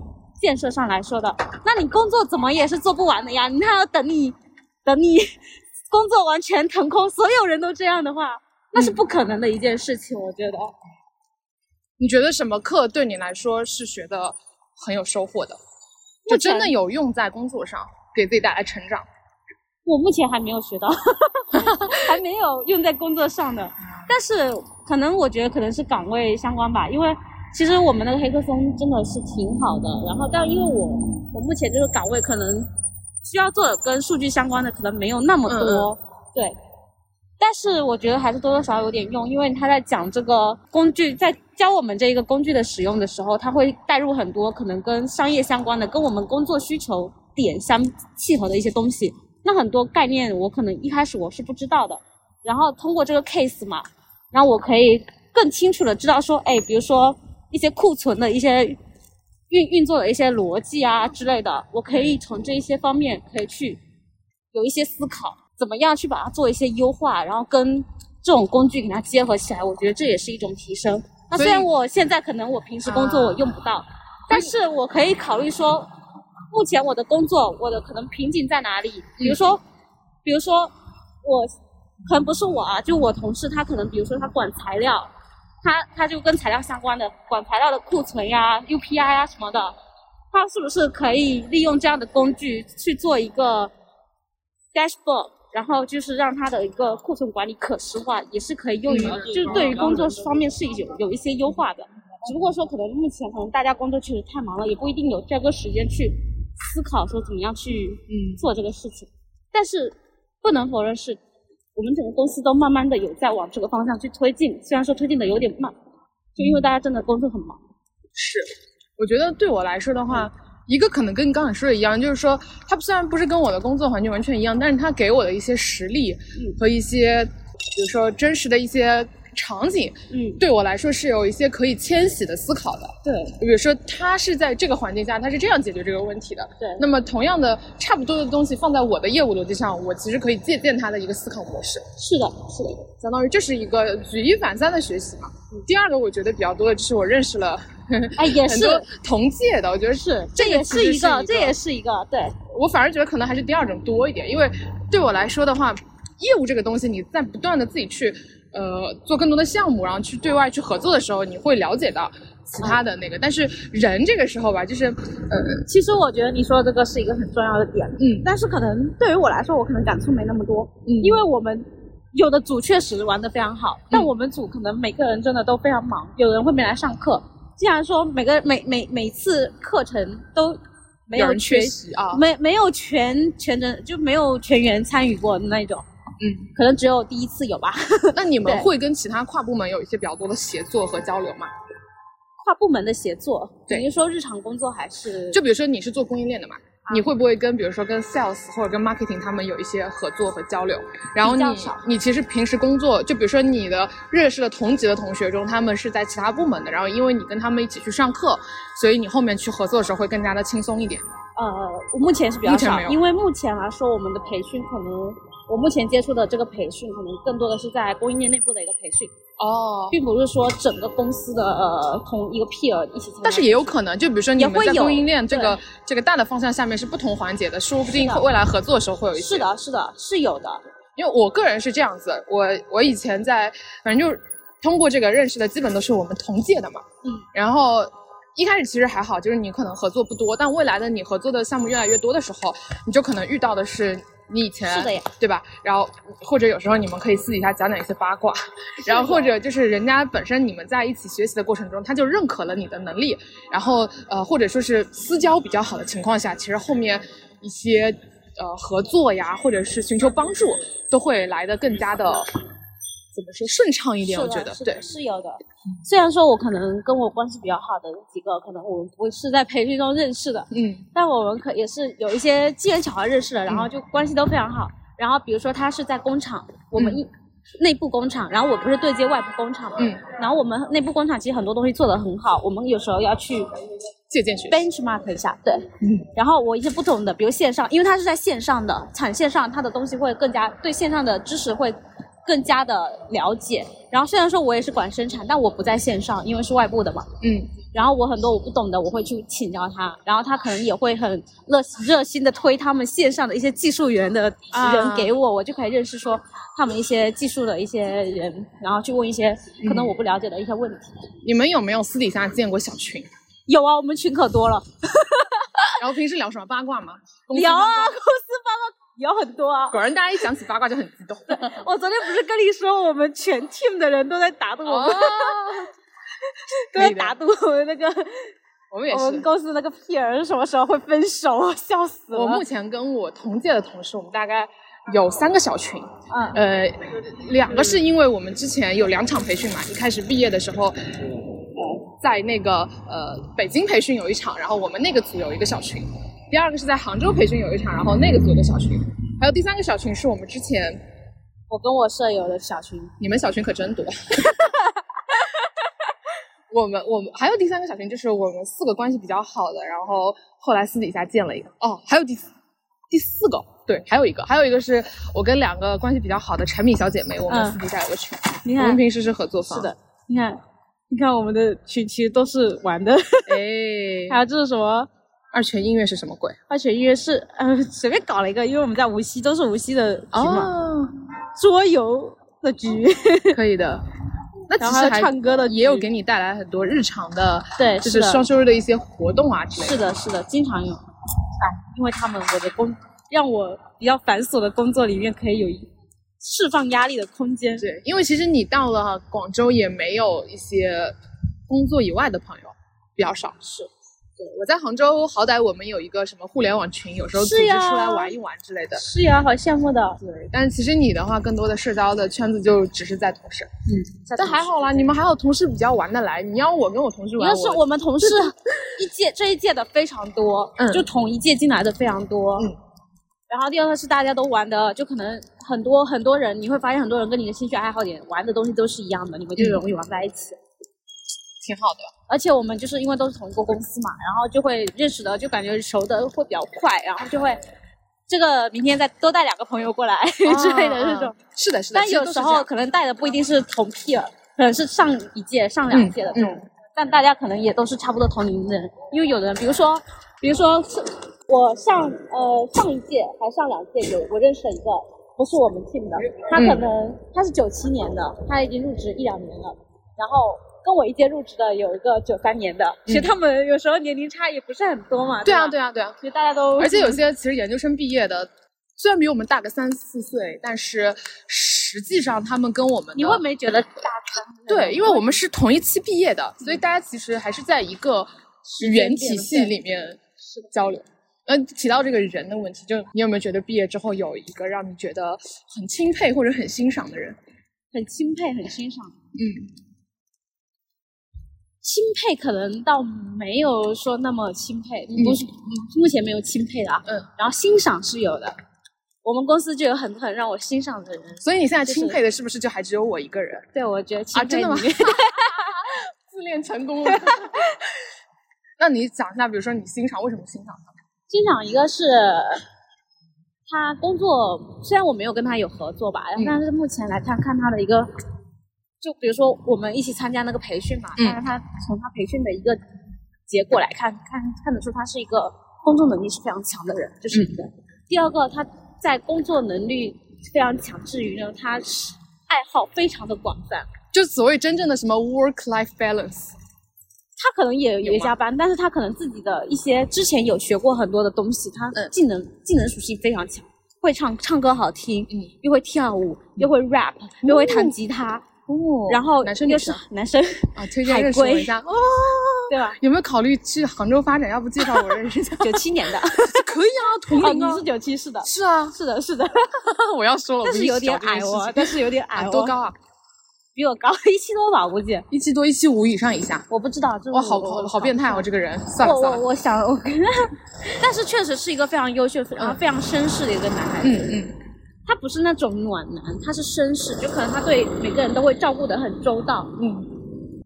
S2: 建设上来说的。那你工作怎么也是做不完的呀？你那要等你等你工作完全腾空，所有人都这样的话，那是不可能的一件事情，我觉得。
S5: 你觉得什么课对你来说是学的很有收获的？就真的有用在工作上，给自己带来成长。
S2: 我目前还没有学到，还没有用在工作上的。但是可能我觉得可能是岗位相关吧，因为其实我们那个黑客松真的是挺好的。然后，但因为我我目前这个岗位可能需要做的跟数据相关的可能没有那么多，对。但是我觉得还是多多少少有点用，因为他在讲这个工具，在教我们这一个工具的使用的时候，他会带入很多可能跟商业相关的、跟我们工作需求点相契合的一些东西。那很多概念我可能一开始我是不知道的，然后通过这个 case 嘛，然后我可以更清楚的知道说，哎，比如说一些库存的一些运运作的一些逻辑啊之类的，我可以从这一些方面可以去有一些思考，怎么样去把它做一些优化，然后跟这种工具给它结合起来，我觉得这也是一种提升。那
S5: 所
S2: 虽
S5: 以啊
S2: 然我现在可能我平时工作我用不到，但是我可以考虑说，目前我的工作我的可能瓶颈在哪里？比如
S5: 嗯
S2: 说，比如说我可能不是我啊，就我同事他可能比如说他管材料，他他就跟材料相关的管材料的库存呀、UPI 呀啊什么的，他是不是可以利用这样的工具去做一个 dashboard，然后就是让它的一个库存管理可视化，也是可以用于，就是对于工作方面是有有一些优化的。只不过说，可能目前可能大家工作确实太忙了，也不一定有这个时间去思考说怎么样去做这个事情。但是不能否认是，我们整个公司都慢慢的有在往这个方向去推进，虽然说推进的有点慢，就因为大家真的工作很忙。
S5: 是，我觉得对我来说的话，
S2: 嗯
S5: 一个可能跟你刚才说的一样，就是说，它虽然不是跟我的工作环境完全一样，但是它给我的一些实力
S2: 嗯
S5: 和一些，比如说真实的一些场景，
S2: 嗯，
S5: 对我来说是有一些可以迁徙的思考的。
S2: 对
S5: 比如说，他是在这个环境下，他是这样解决这个问题的。
S2: 对
S5: 那么，同样的，差不多的东西放在我的业务逻辑上，我其实可以借鉴他的一个思考模式。
S2: 是的，是的，
S5: 相当于这是一个举一反三的学习嘛。第二个，我觉得比较多的就是我认识了 [laughs]
S2: 哎，也
S5: 很
S2: 是，
S5: 多同届的，我觉得
S2: 是，
S5: 这
S2: 也
S5: 个其实
S2: 一
S5: 是
S2: 个，这也是一个，对，
S5: 我反而觉得可能还是第二种多一点，因为对我来说的话，业务这个东西，你在不断的自己去呃做更多的项目，然后去对外去合作的时候，你会了解到其他的那个。但是人这个时候吧，就是呃
S2: 其实我觉得你说的这个是一个很重要的点，
S5: 嗯
S2: 但是可能对于我来说，我可能感触没那么多，
S5: 嗯
S2: 因为我们有的组确实玩的非常好，但我们组可能每个人真的都非常忙，有人会没来上课，既然说每个每每每次课程都没
S5: 有
S2: 有
S5: 人缺
S2: 缺
S5: 席啊，
S2: 没没有全全程就没有全员参与过的那种，
S5: 嗯，
S2: 可能只有第一次有吧。
S5: 那你们
S2: 对
S5: 会跟其他跨部门有一些比较多的协作和交流吗？
S2: 跨部门的协作，
S5: 对
S2: 你是说日常工作还是
S5: 就比如说你是做供应链的嘛，
S2: 嗯
S5: 你会不会跟比如说跟 sales 或者跟 marketing 他们有一些合作和交流？然后
S2: 比
S5: 你
S2: 较少
S5: 你其实平时工作，就比如说你的认识的同级的同学中，他们是在其他部门的，然后因为你跟他们一起去上课，所以你后面去合作的时候会更加的轻松一点。
S2: 呃，我目前是比较
S5: 目前
S2: 少
S5: 没，有
S2: 因为目前来说，我们的培训可能我目前接触的这个培训，可能更多的是在供应链内部的一个培训，
S5: 哦，
S2: 并不是说整个公司的呃同一个 peer 一起参加。
S5: 但是也有可能，就比如说你
S2: 也
S5: 们
S2: 会
S5: 在
S2: 有
S5: 供应链这个这个大的方向下面是不同环节的，说不定
S2: 是的
S5: 未来合作的时候会有一些。
S2: 是的，是的，是有的，
S5: 因为我个人是这样子，我我以前在，反正就是。通过这个认识的基本都是我们同届的嘛。嗯。然后一开始其实还好，就是你可能合作不多，但未来的你合作的项目越来越多的时候，你就可能遇到的是你以前
S2: 是的呀
S5: 对吧？然后或者有时候你们可以私底下讲讲一些八卦，然后或者就是人家本身你们在一起学习的过程中，他就认可了你的能力，然后呃或者说是私交比较好的情况下，其实后面一些呃合作呀，或者是寻求帮助，都会来的更加的怎么说顺畅一点，我
S2: 是
S5: 觉
S2: 的，
S5: 得
S2: 啊是的
S5: 对。
S2: 是有的。虽然说我可能跟我关系比较好的几个，可能我我是在培训中认识的，
S5: 嗯，
S2: 但我们可也是有一些机缘巧合认识的，然后就关系都非常好。然后比如说他是在工厂，我们一、内部工厂，然后我不是对接外部工厂嘛，
S5: 嗯
S2: 然后我们内部工厂其实很多东西做得很好，我们有时候要去
S5: 借鉴学习，
S2: benchmark 一下，对，然后我一些不同的，比如线上，因为它是在线上的产线上，它的东西会更加对线上的知识会更加的了解。然后虽然说我也是管生产，但我不在线上，因为是外部的嘛。
S5: 嗯，
S2: 然后我很多我不懂的，我会去请教他，然后他可能也会很热热心的推他们线上的一些技术员的人给我，我就可以认识说他们一些技术的一些人，然后去问一些可能我不了解的一些问题。
S5: 你们有没有私底下建过小群？
S2: 有啊，我们群可多了。
S5: 然后平时聊什么八卦吗？公司
S2: 有
S5: 八卦
S2: 啊，公司八卦有很多啊。
S5: 果然大家一讲起八卦就很激动。
S2: 我昨天不是跟你说，我们全 team 的人都在打赌， [laughs] 我们、
S5: 哦，
S2: 都在
S5: 你的
S2: 打赌我们那个
S5: 我们也
S2: [laughs] 我们
S5: 是。
S2: 公司那个 P 人什么时候会分手，我笑死了。
S5: 我目前跟我同届的同事，我们大概有三个小群，
S2: 嗯
S5: 呃，两个是因为我们之前有两场培训嘛，一开始毕业的时候，在那个呃北京培训有一场，然后我们那个组有一个小群；第二个是在杭州培训有一场，然后那个组有个小群；还有第三个小群是我们之前
S2: 我跟我舍友的小群，
S5: 你们小群可真多。 [laughs] 我们我们还有第三个小群，就是我们四个关系比较好的，然后后来私底下建了一个。哦，还有第四第四个，对，还有一个，还有一个是我跟两个关系比较好的陈米小姐妹，我们
S2: 嗯
S5: 私底下有个群，
S2: 你
S5: 我们
S2: 看，
S5: 平时是合作方。
S2: 是，的，你看，你看我们的群其实都是玩的， [laughs] 还
S5: 哎，
S2: 有就是什么
S5: 二泉音乐是什么鬼？
S2: 二泉音乐室， [laughs] 呃，随便搞了一个，因为我们在无锡都是无锡的局嘛，
S5: 哦，
S2: 桌游的局，
S5: 可以
S2: [laughs]
S5: 的。那其
S2: 然后还
S5: 实
S2: 有
S5: 还
S2: 唱歌的
S5: 也有
S2: 局
S5: 给你带来很多日常的，
S2: [laughs] 对，
S5: 就是是
S2: 的
S5: 双休日的一些活动啊之类的。
S2: 是的，是的，经常有。哎，因为他们我的工让我比较繁琐的工作里面可以有一释放压力的空间。
S5: 对，因为其实你到了广州也没有一些工作以外的朋友，比较少。是，对我在杭州，好歹我们有一个什么互联网群，有时候组
S2: 是
S5: 织
S2: 呀
S5: 出来玩一玩之类的。
S2: 是呀、好羡慕的。
S5: 对，但是其实你的话，更多的社交的圈子就只是在同事。
S2: 嗯
S5: 但还好啦，你们还有同事比较玩得来。你要我跟我同事玩，
S2: 要是我们同事一届这一届的非常多，
S5: 嗯
S2: 就同一届进来的非常多。
S5: 嗯
S2: 然后第二个是大家都玩的，就可能很多很多人，你会发现很多人跟你的兴趣爱好点玩的东西都是一样的，你们就
S5: 嗯
S2: 容易玩在一起。
S5: 挺好的。
S2: 而且我们就是因为都是同一个公司嘛，然后就会认识的，就感觉熟的会比较快，啊然后就会这个明天再多带两个朋友过来、 [laughs] 之类的这种。
S5: 是的，是的。
S2: 但
S5: 其实
S2: 有
S5: 哦都是
S2: 时
S5: 这
S2: 候
S5: 样
S2: 可能带的不一定是同 peer，可能是上一届、上
S5: 嗯
S2: 两届的这种，但大家可能也都是差不多同龄人，因为有的人，比如说，比如说是我上呃上一届还上两届有我认识了一个不是我们 team 的，他
S5: 嗯
S2: 可能、他是九七年的，他已经入职一两年了，然后。跟我一届入职的有一个九三年的，其实他们有时候年龄差也不是很多嘛。
S5: 嗯对啊，
S2: 吧
S5: 对啊，对啊。
S2: 其实大家都
S5: 而且有些其实研究生毕业的，虽然比我们大个三四岁，但是实际上他们跟我们的
S2: 你会没觉得大
S5: 对，因为我们是同一期毕业的，所以大家其实还是在一个原体系里面交流。嗯，提到这个人的问题，就你有没有觉得毕业之后有一个让你觉得很钦佩或者很欣赏的人？
S2: 很钦佩、很欣赏？
S5: 嗯，
S2: 钦佩可能倒没有说那么钦佩，
S5: 嗯
S2: 不是、目前没有钦佩的啊。
S5: 嗯。
S2: 然后欣赏是有的，我们公司就有很多很让我欣赏的人，
S5: 所以你现在
S2: 就是
S5: 钦佩的是不是就还只有我一个人？
S2: 对我觉得钦
S5: 啊
S2: 佩
S5: 真的吗
S2: 里面
S5: 自恋成功了。 [laughs] 那你讲一下，比如说你欣赏为什么欣赏他？
S2: 欣赏一个是他工作，虽然我没有跟他有合作吧，
S5: 嗯
S2: 但是目前来看看他的一个，就比如说我们一起参加那个培训嘛，
S5: 嗯
S2: 但是他从他培训的一个结果来看，看看得出他是一个工作能力是非常强的人，这、是一
S5: 嗯
S2: 个。第二个，他在工作能力非常强之余呢，他是爱好非常的广泛，
S5: 就所谓真正的什么 work life balance。
S2: 他可能也也加班，但是他可能自己的一些之前有学过很多的东西，他技能、技能属性非常强，会唱唱歌好听，
S5: 嗯
S2: 又会跳舞，又会 rap，、又会弹吉他，
S5: 哦
S2: 然后
S5: 男生
S2: 又
S5: 女
S2: 是
S5: 生
S2: 哦男生， [laughs]
S5: 啊，推
S2: 海
S5: 荐认识我
S2: 归
S5: 一下哦。
S2: 对吧？
S5: 有没有考虑去杭州发展？要不介绍我认识一下？
S2: 九七年的，
S5: [laughs] 可以啊，同
S2: [laughs]
S5: [laughs]
S2: 哦，
S5: 龄
S2: 你
S5: 啊
S2: 是。九七，是的，
S5: 是
S2: [laughs]
S5: 啊，
S2: 是的，是的，
S5: [laughs] 我要说了，
S2: 但
S5: 我
S2: 是
S5: 必须
S2: 有点
S5: 找这件
S2: 矮
S5: 事
S2: 哦
S5: 情，
S2: 但是有点
S5: 啊
S2: 矮哦，
S5: 多高啊？
S2: 比我高 [laughs] 一七多吧，估计
S5: 一七多，一七五以上以下。
S2: 我不知道，就是
S5: 哇，好
S2: 我
S5: 好好变态哦，这个人。算了
S2: 我
S5: 算
S2: 我
S5: 了，
S2: 我想我， [laughs] 但是确实是一个非常优秀、然后非常绅士的一个男孩子。
S5: 嗯嗯，
S2: 他不是那种暖男，他是绅士，就可能他对每个人都会照顾得很周到。
S5: 嗯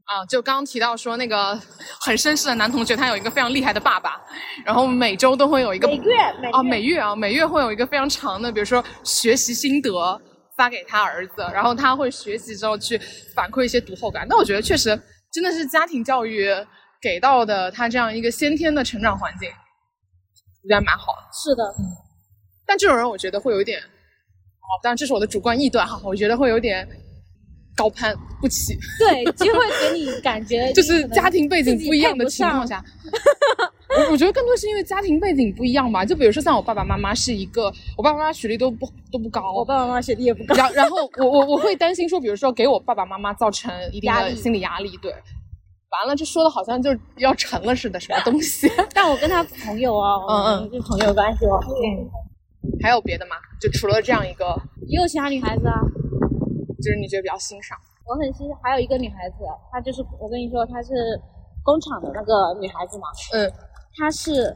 S5: 啊，就刚刚提到说那个 [laughs] 很绅士的男同学，他有一个非常厉害的爸爸，然后每周都会有一个
S2: 每月每月
S5: 啊，每月啊，每月会有一个非常长的，比如说学习心得发给他儿子，然后他会学习之后去反馈一些读后感。但我觉得确实真的是家庭教育给到的他这样一个先天的成长环境，我觉得还蛮好的。
S2: 是的，
S5: 但这种人我觉得会有一点，哦，当然这是我的主观臆断哈，我觉得会有点高攀不
S2: [laughs]
S5: 起，
S2: 对，就会给你感
S5: [laughs]
S2: 觉
S5: 就是家庭背景
S2: 自己
S5: 不一样
S2: 配
S5: 的
S2: 不
S5: 情
S2: 上
S5: 况下， [laughs] 我我觉得更多是因为家庭背景不一样吧。就比如说像我爸爸妈妈是一个，我爸爸妈妈学历都不都不高，
S2: 我爸爸妈妈学历也不高，
S5: 然然后我我我会担心说，比如说给我爸爸妈妈造成一定
S2: 压
S5: 的
S2: 力
S5: 心理压力，对。完了，这说的好像就是要成了似的，什么东西？ [laughs]
S2: 但我跟他朋友啊，
S5: 嗯嗯
S2: 嗯，就朋友关系哦，
S5: 还有别的吗？就除了这样一个，
S2: 也有其他女孩子啊，
S5: 就是你觉得比较欣赏
S2: 我很欣赏，还有一个女孩子，啊她就是我跟你说，她是工厂的那个女孩子嘛，
S5: 嗯，
S2: 她是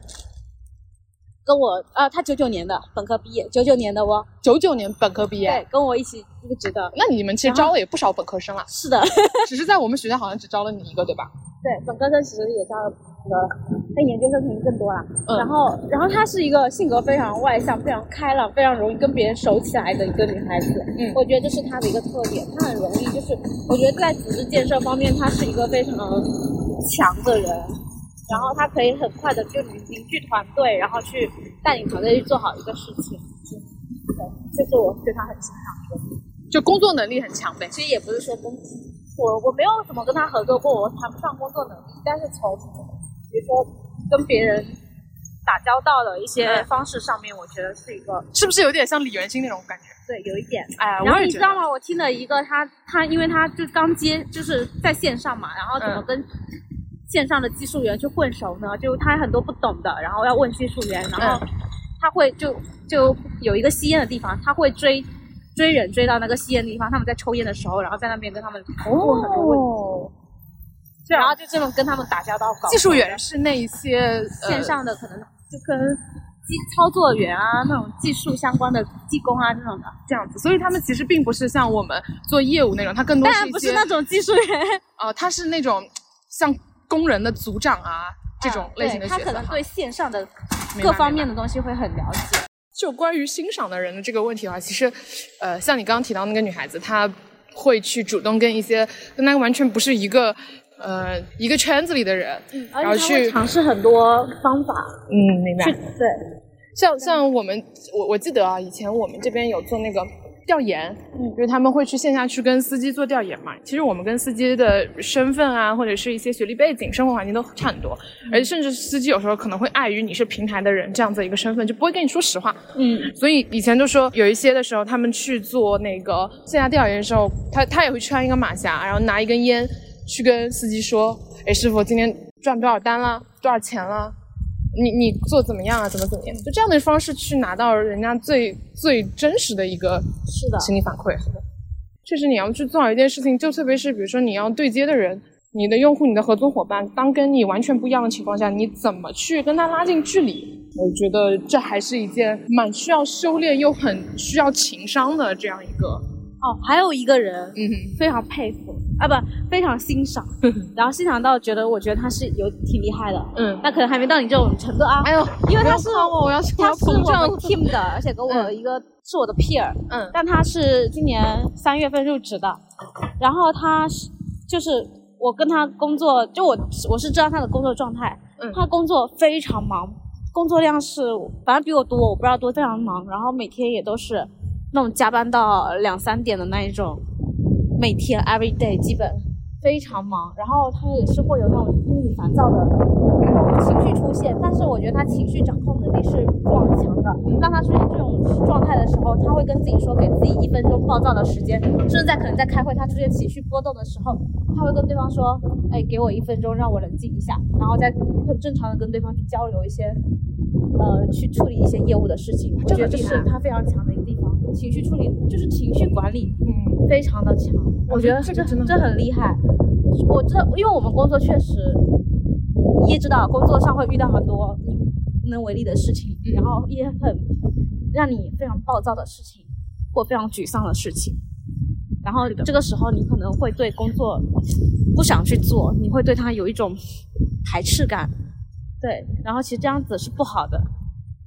S2: 跟我啊，她九九年的本科毕业，九九年的哦，
S5: 九九年本科毕业，
S2: 对，跟我一起入职的，
S5: 那你们其实招了也不少本科生了，啊
S2: 是的。
S5: 只是在我们学校好像只招了你一个，对吧？
S2: 对，本科生其实也招了挺多了，但研究生肯定更多了。
S5: 嗯
S2: 然后，然后她是一个性格非常外向、非常开朗、非常容易跟别人熟起来的一个女孩子。
S5: 嗯
S2: 我觉得这是她的一个特点，她很容易就是，我觉得在组织建设方面，她是一个非常强的人。然后她可以很快的就凝凝聚团队，然后去带领团队去做好一个事情。嗯对，这是我对她很欣赏的。
S5: 就工作能力很强呗。
S2: 其实也不是说工，我我没有怎么跟他合作过，我谈不上工作能力，但是从比如说跟别人打交道的一些方式上面，我觉得是一个
S5: 是不是有点像李元星那种感觉？
S2: 对有一点。
S5: 哎，
S2: 然
S5: 我
S2: 后
S5: 也
S2: 你
S5: 觉
S2: 知
S5: 得
S2: 道吗？我听了一个他他，因为他就刚接，就是在线上嘛，然后怎么
S5: 嗯
S2: 跟线上的技术员去混熟呢？就他很多不懂的，然后要问技术员，然
S5: 嗯
S2: 后他会就就有一个吸烟的地方，他会追追人追到那个吸烟的地方，他们在抽烟的时候，然后在那边跟他们问很多问题，
S5: 哦，
S2: 然后就这种跟他们打交道搞。
S5: 技术员是那一些呃
S2: 线上的可能就跟机操作员啊那种技术相关的技工啊这种的，
S5: 这样子，所以他们其实并不是像我们做业务那种，他更多
S2: 当
S5: 是
S2: 然
S5: 一
S2: 不
S5: 些
S2: 是那种技术员。
S5: 呃，他是那种像工人的组长啊这种类型的
S2: 嗯对
S5: 角
S2: 他
S5: 色哈。
S2: 可能对线上的
S5: 明白
S2: 各方面的东西会很了解。
S5: 就关于欣赏的人的这个问题的话，其实，呃，像你刚刚提到那个女孩子，她会去主动跟一些跟她完全不是一个呃一个圈子里的人，
S2: 嗯而
S5: 然后
S2: 且他会
S5: 去
S2: 尝试很多方法
S5: 嗯明
S2: 去
S5: 白。
S2: 对，
S5: 像像我们，我我记得啊，以前我们这边有做那个调研，嗯，就是他们会去线下去跟司机做调研嘛。其实我们跟司机的身份啊，或者是一些学历背景、生活环境都差很多，而且甚至司机有时候可能会碍于你是平台的人这样子一个身份，就不会跟你说实话。
S2: 嗯，
S5: 所以以前就说有一些的时候，他们去做那个线下调研的时候，他他也会穿一个马甲，然后拿一根烟去跟司机说：“哎，师傅，今天赚多少单了？多少钱了？你你做怎么样啊？怎么怎么样？”就这样的方式去拿到人家最最真实的一个
S2: 是的，
S5: 心理反馈。确实，你要去做好一件事情，就特别是比如说你要对接的人，你的用户、你的合作伙伴，当跟你完全不一样的情况下，你怎么去跟他拉近距离？我觉得这还是一件蛮需要修炼又很需要情商的这样一个，
S2: 哦，还有一个人
S5: 嗯哼，
S2: 非常佩服啊，不，非常欣
S5: [laughs]
S2: 赏，然后欣赏到觉得我觉得他是有挺厉害的，
S5: 嗯，
S2: 但可能还没到你这种程度啊。
S5: 哎呦，
S2: 因为
S5: 不
S2: 他
S5: 要
S2: 是
S5: 夸我，我要我
S2: 他
S5: 要
S2: 是我
S5: 膨胀
S2: 们，team 的，而且跟我一个是我的 peer，
S5: 嗯
S2: 但他是今年三月份入职的，然后他是就是我跟他工作，就我我是知道他的工作状态，
S5: 嗯
S2: 他工作非常忙，工作量是反正比我多，我不知道多，非常忙，然后每天也都是那种加班到两三点的那一种，每天 every day 基本非常忙，然后他也是会有那种抑郁烦躁的那种情绪出现，但是我觉得他情绪掌控能力是撞强的。当他出现这种状态的时候，他会跟自己说，给自己一分钟暴躁的时间，甚至在可能在开会，他出现情绪波动的时候，他会跟对方说，哎，给我一分钟，让我冷静一下，然后再很正常的跟对方去交流一些，呃，去处理一些业务的事情。我觉得这是他非常强的一个地方，情绪处理就是情绪管理。
S5: 嗯，
S2: 非常的强，我觉得这
S5: 这个真的
S2: 这很厉害。我知道，因为我们工作确实，你也知道，工作上会遇到很多你无能为力的事情，然后也很让你非常暴躁的事情，或非常沮丧的事情。然后这个时候，你可能会对工作不想去做，你会对它有一种排斥感。对，然后其实这样子是不好的。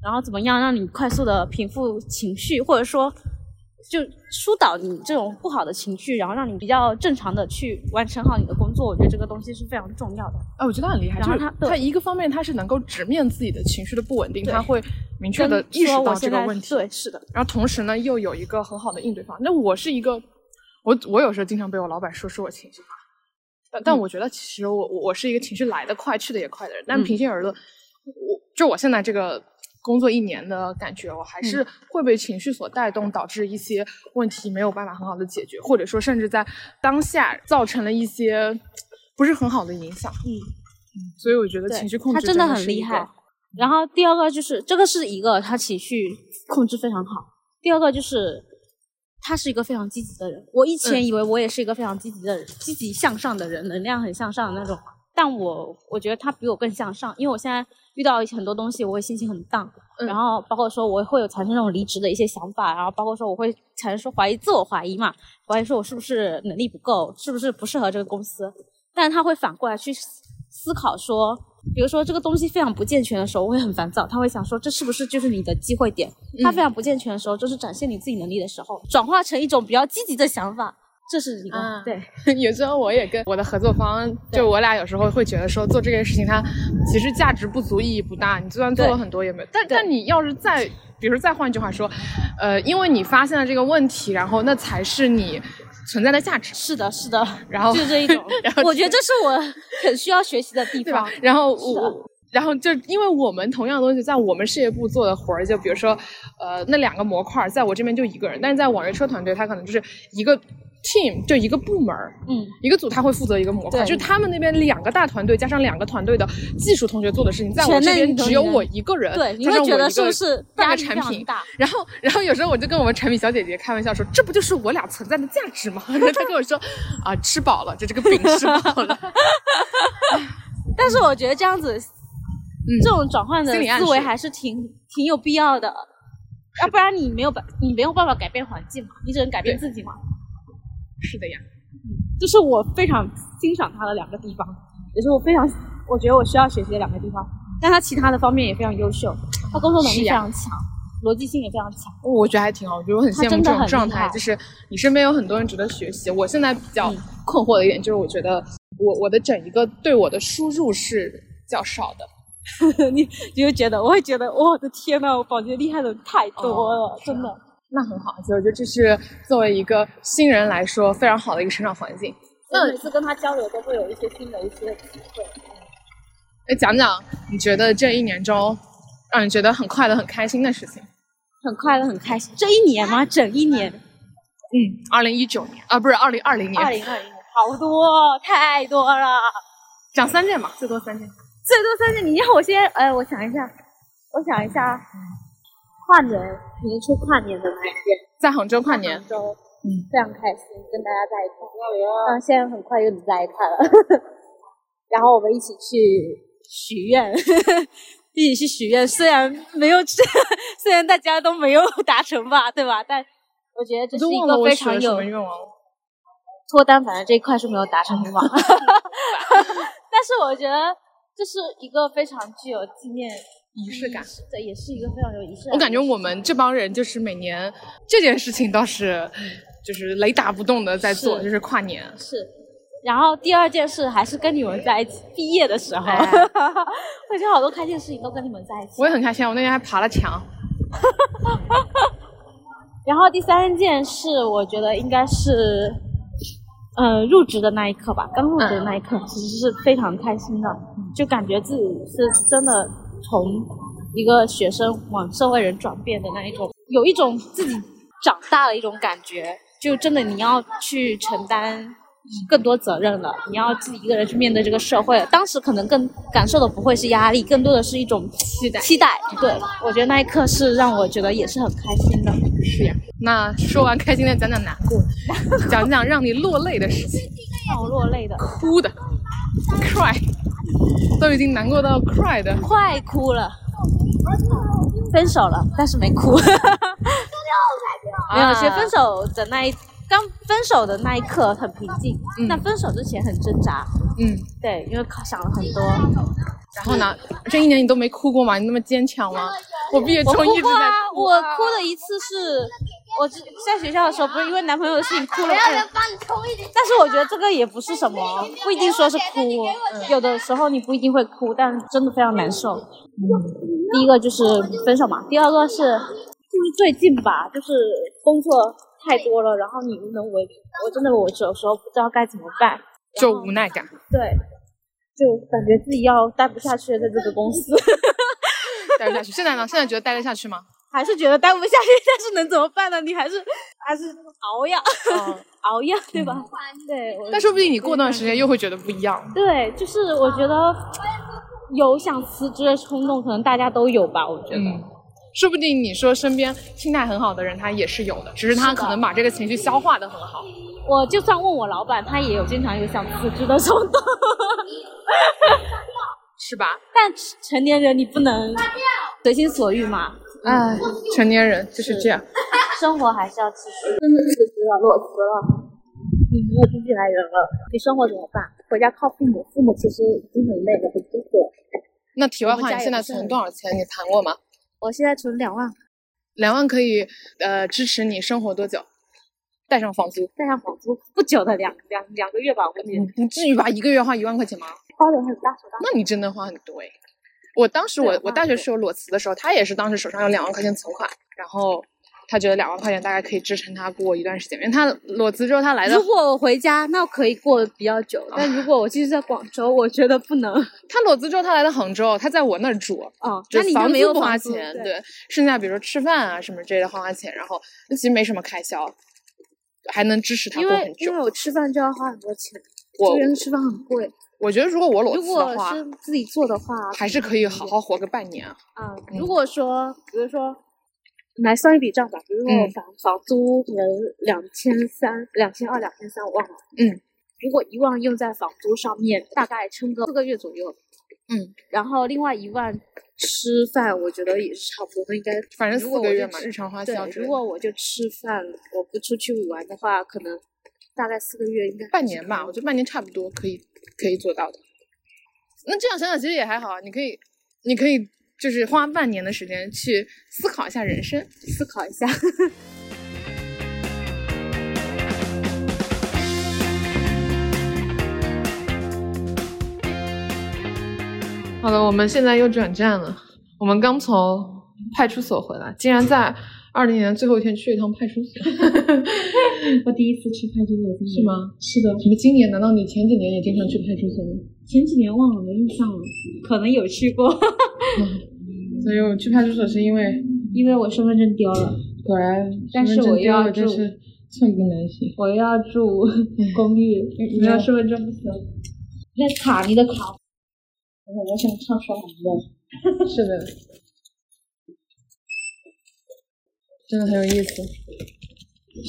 S2: 然后怎么样让你快速的平复情绪，或者说就疏导你这种不好的情绪，然后让你比较正常的去完成好你的工作，我觉得这个东西是非常重要的。
S5: 哎，我觉得很厉害，
S2: 然后
S5: 就是
S2: 他对
S5: 他一个方面他是能够直面自己的情绪的不稳定，
S2: 对
S5: 他会明确的
S2: 跟
S5: 意识
S2: 说
S5: 到
S2: 我
S5: 这
S2: 现
S5: 个
S2: 在
S5: 问题，
S2: 对，是的，
S5: 然后同时呢又有一个很好的应对方案。那我是一个，我我有时候经常被我老板说是我情绪化，但但我觉得其实我我我是一个情绪来得快去得也快的人。但
S2: 嗯
S5: 平心而论，我就我现在这个工作一年的感觉，我
S2: 嗯
S5: 还是会被情绪所带动，导致一些问题没有办法很好的解决，或者说甚至在当下造成了一些不是很好的影响。
S2: 嗯，
S5: 所以我觉得
S2: 对
S5: 情绪控，制
S2: 他真的
S5: 是
S2: 很
S5: 一
S2: 厉
S5: 个
S2: 害。。然后第二个就是这个是一个他情绪控制非常好，第二个就是他是一个非常积极的人。我以
S5: 嗯
S2: 前以为我也是一个非常积极的人，积极向上的人，能量很向上的那种。但我我觉得他比我更向上，因为我现在遇到一些很多东西，我会心情很荡，
S5: 嗯
S2: 然后包括说我会有产生那种离职的一些想法，然后包括说我会产生说怀疑自我怀疑嘛，怀疑说我是不是能力不够，是不是不适合这个公司。但他会反过来去思思考说，比如说这个东西非常不健全的时候，我会很烦躁，他会想说这是不是就是你的机会点？
S5: 嗯
S2: 他非常不健全的时候，就是展现你自己能力的时候，转化成一种比较积极的想法，这是一个、
S5: 啊
S2: 对
S5: [laughs] 有时候我也跟我的合作方，
S2: 对
S5: 就我俩有时候会觉得说做这个事情它其实价值不足，意义不大。你就算做了
S2: 对
S5: 很多也没有，但
S2: 对
S5: 但你要是再，比如说再换句话说，呃，因为你发现了这个问题，然后那才是你存在的价值，
S2: 是的，是的，
S5: 然后
S2: 就这一种
S5: [laughs] 然后，
S2: 我觉得这是我很需要学习的地
S5: 对吧
S2: 方。？
S5: 然后
S2: 是的
S5: 我。我然后就因为我们同样的东西，在我们事业部做的活儿，就比如说，呃，那两个模块儿，在我这边就一个人，但是在网约车团队，他可能就是一个 team，就一个部门儿，
S2: 嗯，
S5: 一个组他会负责一个模块，
S2: 对
S5: 就是他们那边两个大团队加上两个团队的技术同学做的事情，在我
S2: 全
S5: 这
S2: 内
S5: 边
S2: 容
S5: 只有
S2: 人
S5: 我一个人，
S2: 对，你
S5: 加
S2: 会
S5: 上
S2: 觉
S5: 呃我
S2: 得
S5: 一
S2: 是不
S5: 个
S2: 是
S5: 半
S2: 压
S5: 个
S2: 力非
S5: 产
S2: 常
S5: 品。
S2: 大？
S5: 然后，然后有时候我就跟我们产品小姐姐开玩笑说，这不就是我俩存在的价值吗？ [laughs] 然后她跟我说，啊，吃饱了，这这个饼吃饱了。 [laughs]
S2: 但是我觉得这样子，这种转换的
S5: 心理暗
S2: 思维
S5: 示
S2: 还是挺挺有必要的，要不然你没有办你没有办法改变环境嘛，你只能改变自己嘛。
S5: 是的呀，
S2: 这是我非常欣赏他的两个地方，也是我非常我觉得我需要学习的两个地方。但他其他的方面也非常优秀，他工作能力
S5: 是
S2: 非
S5: 呀
S2: 常强，逻辑性也非常强。 [laughs]
S5: 哦我觉得还挺好，我觉得我很
S2: 她
S5: 羡
S2: 真
S5: 慕
S2: 的
S5: 这种
S2: 很厉
S5: 状态
S2: 害，
S5: 就是你身边有很多人值得学习。我现在比较
S2: 嗯
S5: 困惑的一点就是，我觉得我我的整一个对我的输入是较少的。
S2: 你你会觉得，我会觉得，我的天呐，我感觉厉害的太多了，真的。
S5: 那很好，所以我觉得这是作为一个新人来说非常好的一个成长环境。
S2: 那每次跟他交流都会有一些新的一些体会。
S5: 哎，讲讲你觉得这一年中让你觉得很快乐、很开心的事情？
S2: 很快乐，很开心。这一年吗？整一年，
S5: 嗯，二零一九年啊，不是二零二零
S2: 二
S5: 年，
S2: 零二零年，好多，太多了，
S5: 讲三件吧，最多三件。
S2: 最多三件。你让我先，哎，我想一下，我想一下，跨年，年初跨年的那一件，
S5: 在杭州跨年，
S2: 杭州，非常开心，跟大家在一块
S5: 哦
S2: 儿。那现在很快又能在一块了， [laughs] 然后我们一起去许愿， [laughs] 一起去许愿。虽然没有， [laughs] 虽然大家都没有达成吧，对吧？但我觉得这
S5: 我
S2: 是
S5: 都
S2: 一
S5: 忘了
S2: 个
S5: 我
S2: 非
S5: 许
S2: 常
S5: 了什
S2: 有
S5: 么愿望了。
S2: 脱单，反正这一块是没有达成的嘛。 [laughs] 但是我觉得这是一个非常具有纪念
S5: 仪式感，
S2: 对，也是一个非常有仪式感。
S5: 我感觉我们这帮人就是每年这件事情倒是就是雷打不动的在做，
S2: 是
S5: 就是跨年。
S2: 是。然后第二件事还是跟你们在一起，毕业的时候，
S5: 哎
S2: [laughs] 我觉得好多开心的事情都跟你们在一起
S5: 我。也很开心啊，我那天还爬了墙。
S2: 然后第三件事，我觉得应该是呃入职的那一刻吧，刚入职的那一刻，其实是非常开心的，就感觉自己是真的从一个学生往社会人转变的那一种，有一种自己长大的一种感觉，就真的你要去承担。更多责任了，你要自己一个人去面对这个社会了。当时可能更感受的不会是压力，更多的是一种期待。期待，对我觉得那一刻是让我觉得也是很开心的。
S5: 是呀。那说完开心的，讲讲难过，讲讲让你落泪的事情，
S2: 让我落泪的，
S5: 哭的，cry，都已经难过到 cry 的。
S2: 快哭了，分手了，但是没 [laughs] 哭。没有，其实分手的那一。刚分手的那一刻很平静，那、分手之前很挣扎，
S5: 嗯，
S2: 对，因为想了很 [laughs] 多。
S5: 然后呢？这一年你都没哭过吗？你那么坚强吗？我毕业
S2: 我
S5: 之后一
S2: 哭
S5: 直
S2: 过
S5: 在
S2: 啊，我哭的一次是，我之在学校的时候不是因为男朋友的事情哭了哎二，但是我觉得这个也不是什么，不一定说是哭，有的时候你不一定会哭，但真的非常难受。第一个就是分手嘛，第二个是就是最近吧，就是工作太多了，然后你无能为力，我真的我有时候不知道该怎么办，
S5: 就无奈感。
S2: 对，就感觉自己要待不下去了，在这个公司。
S5: 待得下去。现在呢？现在觉得待得下去吗？
S2: [laughs] 还是觉得待不下去，但是能怎么办呢？你还是还是熬呀，
S5: 嗯。
S2: 熬呀，对吧？嗯对，我
S5: 但说不定你过段时间又会觉得不一样。
S2: 对，就是我觉得有想辞职的冲动，可能大家都有吧。我觉得，
S5: 嗯，说不定你说身边心态很好的人，他也是有的，只是他可能把这个情绪消化的很好。
S2: 我就算问我老板，他也有经常有想辞职的冲动。 [laughs]
S5: 是吧？
S2: 但成年人你不能随心所欲嘛，
S5: 哎，成年人就是这样。
S2: 生活还是要继续。真的辞职了，裸辞了，你没有经济来源了，你生活怎么办？回家靠父母，父母其实已经很累了，很辛苦了。
S5: 那题外话，
S2: 我们家也
S5: 你现在
S2: 不是很
S5: 存多少钱？你谈过吗？
S2: 我现在存两万，
S5: 两万可以呃支持你生活多久？带上房租，
S2: 再上房租，不久的两两两个月吧，我估计
S5: 你至于吧？一个月花一万块钱吗？
S2: 嗯花的很大手大。
S5: 那你真的花很多哎。我当时我
S2: 对
S5: 我大学室友裸辞的时候，他也是当时手上有两万块钱存款，然后他觉得两万块钱大概可以支撑他过一段时间，因为他裸辞之后他来
S2: [laughs]
S5: 的啊
S2: 如果我回家，那可以过得比较久；但如果我继续在广州，我觉得不能。
S5: 他裸辞之后，他来到杭州，他在我那儿住，
S2: 哦，
S5: 就
S2: 那你就
S5: 房
S2: 没
S5: 租
S2: 有
S5: 不
S2: 房
S5: 花
S2: 租
S5: 钱，
S2: 对，
S5: 剩下比如说吃饭啊什么之类的花花钱，然后其实没什么开销，还能支持他
S2: 因
S5: 过很
S2: 为因
S5: 久
S2: 为。我吃饭就要花很多钱，这
S5: 我
S2: 边吃饭很贵。
S5: 我觉得如果我裸
S2: 如
S5: 辞
S2: 果
S5: 的话，
S2: 是自己做的话，
S5: 还是可以好好活个半年啊。
S2: 啊、嗯，
S5: 嗯
S2: 如果说，比如说，来算一笔账吧，比如说我
S5: 嗯
S2: 房、房租可能两千三、两千二、两千三，我忘了。
S5: 嗯。
S2: 如果一万用在房租上面，大概撑个四个月左右。
S5: 嗯。
S2: 然后另外一万吃饭，我觉得也是差不多的，应该
S5: 反正
S2: 如
S5: 四
S2: 果
S5: 个
S2: 我
S5: 月
S2: 就
S5: 嘛，
S2: 吃
S5: 日常花
S2: 对
S5: 销。之类
S2: 如
S5: 的
S2: 果我就吃饭，我不出去玩的话，可能大概四个月应该
S5: 半年吧，我
S2: 我
S5: 觉得半年差不多可以可以做到的。那这样想想其实也还好啊，你可以你可以就是花半年的时间去思考一下人生。
S2: 思考一下。
S5: [laughs]
S4: 好了，我们现在又转站了。我们刚从派出所回来，竟然在二零年最后一天去一趟派出
S5: [laughs]
S4: 所，
S7: 我第一次吃派出所，今
S4: 是
S7: 年？
S4: 吗？是的。什么？今年？难道你前几年也经常去派出所吗？
S7: 嗯前几年忘了，没印象了，可能有去过， [laughs]
S4: 所以我去派出所是因为
S7: 因为我身份证丢了，
S4: 果然，
S7: 但是我又要
S4: 真
S7: 住
S4: 是寸步难行。嗯
S7: 我又要住 [laughs] 公寓，没有身份证不行。那卡你的卡，我们想唱首韩的，
S4: 是的，真的很有意思。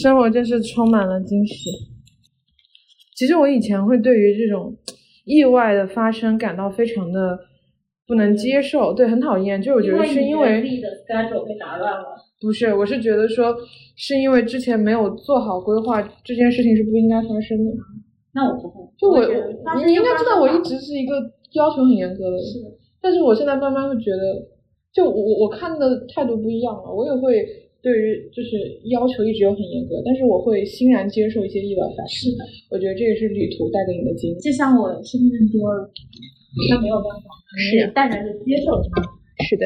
S4: 生活就是充满了惊喜。其实我以前会对于这种意外的发生感到非常的不能接受，对，很讨厌。就我觉得是因为
S7: 己的 schedule 被打乱了。
S4: 不是，我是觉得说是因为之前没有做好规划，这件事情是不应该发生的。
S7: 那我不会，
S4: 就我，
S7: 觉得发
S4: 我
S7: 生
S4: 你应
S7: 就
S4: 该
S7: 发
S4: 知
S7: 生
S4: 道，我一
S7: 吧
S4: 直是一个要求很严格的人。
S7: 是的
S4: 但是我现在慢慢会觉得，就我我我看的态度不一样了，我也会对于就是要求一直有很严格，但是我会欣然接受一些意外发生。
S7: 是的，
S4: 我觉得这也是旅途带给你的经历。
S7: 就像我身份证丢了，那没有办法，
S4: 是
S7: 淡然的接受它。
S4: 是的。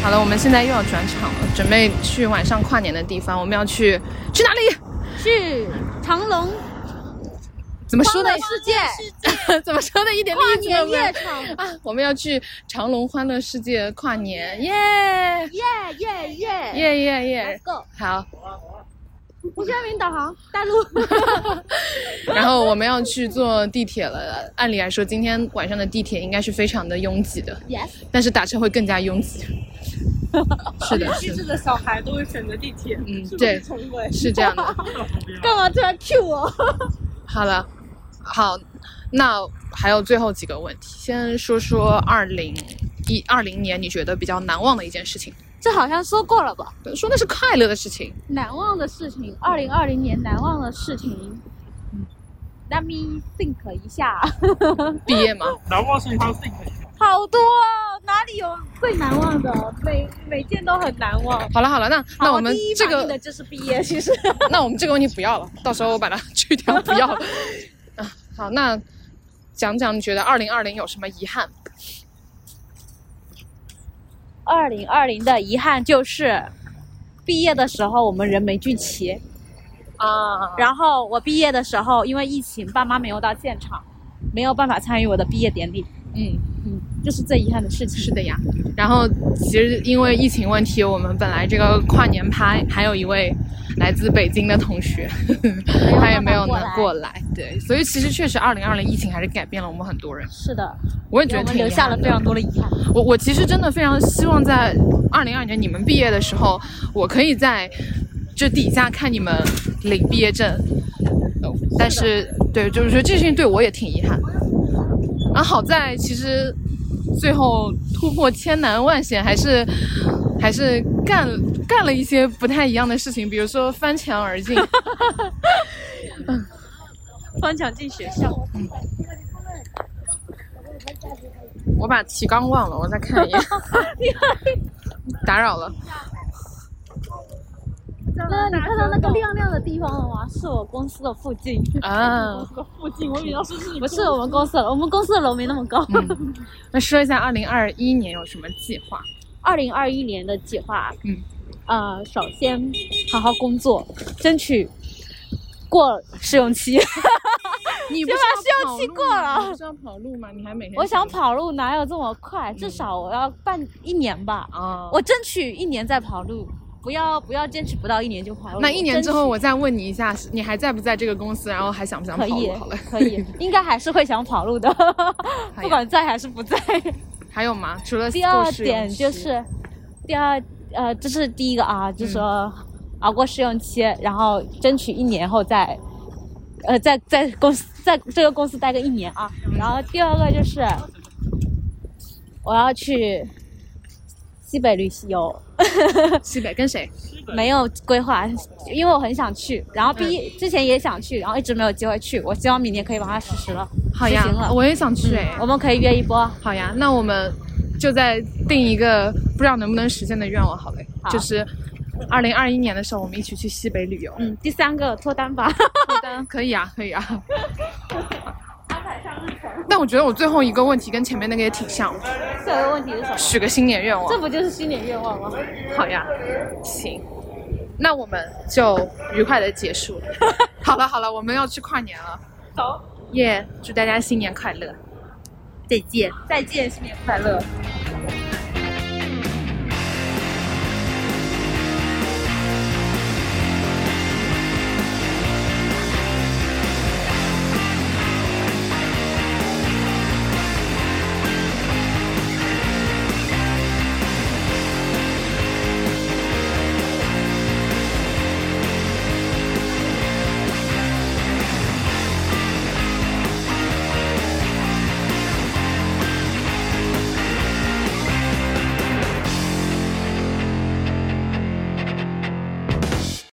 S4: 好
S5: 好了，我们现在又要转场了，准备去晚上跨年的地方。我们要去去哪里？
S2: 去长隆
S5: 怎么说呢？
S2: 世界
S5: [laughs] 怎么说呢？一点
S2: 跨
S5: 例子都
S2: 年
S5: 没有
S2: 夜。场，
S5: 啊，我们要去长隆欢乐世界跨年，耶
S2: 耶耶耶
S5: 耶耶耶！
S2: ，Go！
S5: 好，
S2: 吴宣明导航带路，
S5: 然后我们要去坐地铁了。按理来说，今天晚上的地铁应该是非常的拥挤的
S2: Yes
S5: 但是打车会更加拥
S2: [laughs]
S5: 挤。是的，是
S8: 机
S5: 的，
S8: 智的小孩都会选择地铁，
S5: 嗯
S8: 是不是
S5: 对
S8: 崇文
S5: 是这样的。
S2: 干嘛突然 Q 我？
S5: 好了，好，那还有最后几个问题，先说说二零一二零年你觉得比较难忘的一件事情，
S2: 这好像说过了吧？
S5: 说那是快乐的事情。
S2: 难忘的事情，二零二零年难忘的事情。Let me think 一下， [laughs]
S5: 毕业吗？
S8: 难忘是他自己的。
S2: 好多啊，哪里有最难忘的？每每件都很难忘。
S5: 好了好了，那那
S2: 好
S5: 我们
S2: 第一
S5: 这
S2: 反应
S5: 个
S2: 的就是毕业，其实 [laughs]
S5: 那我们这个问题不要了，到时候我把它去掉，不要了。啊，好，那讲讲你觉得二零二零有什么遗憾？
S2: 二零二零的遗憾就是，毕业的时候我们人没聚齐，
S5: 啊，
S2: 然后我毕业的时候因为疫情，爸妈没有到现场，没有办法参与我的毕业典礼。
S5: 嗯，
S2: 嗯，这是最遗憾的事情。
S5: 是的呀。然后其实因为疫情问题，我们本来这个跨年拍还有一位来自北京的同学，他也没有能过来。对，所以其实确实二零二零疫情还是改变了我们很多人。
S2: 是的，
S5: 我也
S2: 给
S5: 觉
S2: 我
S5: 得
S2: 们
S5: 挺遗
S2: 留下
S5: 憾
S2: 了
S5: 的
S2: 非常多的遗憾。
S5: 我我其实真的非常希望在二零二年你们毕业的时候，我可以在这底下看你们领毕业证。呃但是对，就是说这事情对我也挺遗憾。然后好在其实最后突破千难万险，还是还是干干了一些不太一样的事情，比如说翻墙而进。
S2: 翻墙进学校，
S5: 我把提纲忘了，我再看一眼。打扰了。
S2: 那啊你看到那个亮亮的地方了吗？是我公司的附近，
S5: 啊，
S2: 不是我们公司的，我们公司的楼没那么高。
S5: 嗯， [laughs] 那说一下二零二一年有什么计划？
S2: 二零二一年的计划，
S5: 嗯，
S2: 呃，首先好好工作，争取过试用 [laughs] 期。
S5: 你
S2: 不是啊要跑路吗
S5: 不是要跑路吗？你还每天
S2: 我想跑路哪有这么快？至少我要半一年吧，
S5: 啊，
S2: 我争取一年再跑路，不要不要坚持不到一年就跑路。
S5: 哦那一年之后
S2: 我
S5: 我再问你一下，你还在不在这个公司？然后还想不想
S2: 争
S5: 跑
S2: 取可以
S5: 路？好了，
S2: 可
S5: [laughs]
S2: 以，应该还是会想跑路的，
S5: 哎呀
S2: 不管在还是不
S5: [laughs]
S2: 在。
S5: 还有吗？除了
S2: 第二
S5: 够试用
S2: 点就
S5: 期嗯
S2: 是，第二呃，这是第一个啊，就是说熬过试用期，然后争取一年后再，呃，在在公司在这个公司待个一年啊。然后第二个就是，我要去西北旅游， [laughs]
S5: 西北跟谁？
S2: 没有规划，因为我很想去，然后毕业
S5: 嗯
S2: 之前也想去，然后一直没有机会去，我希望明年可以把它实施了。
S5: 好
S2: 实
S5: 呀
S2: 行，了
S5: 我也想去
S2: 嗯
S5: 哎。
S2: 我们可以约一波。
S5: 好呀，那我们就再定一个不知道能不能实现的愿望好嘞，
S2: 好
S5: 就是。二零二一年的时候，我们一起去西北旅游。
S2: 嗯，第三个脱单吧。 [laughs]
S5: 可以啊，可以啊。但我觉得我最后一个问题跟前面那个也挺像，
S2: 最后一个问题是什么？
S5: 许个新年愿望。
S2: 这不就是新年愿望吗？
S5: 好呀，行，那我们就愉快的结束。好了好了，我们要去跨年了。走，耶！祝大家新年快乐。
S2: 再见，再见，新年快乐。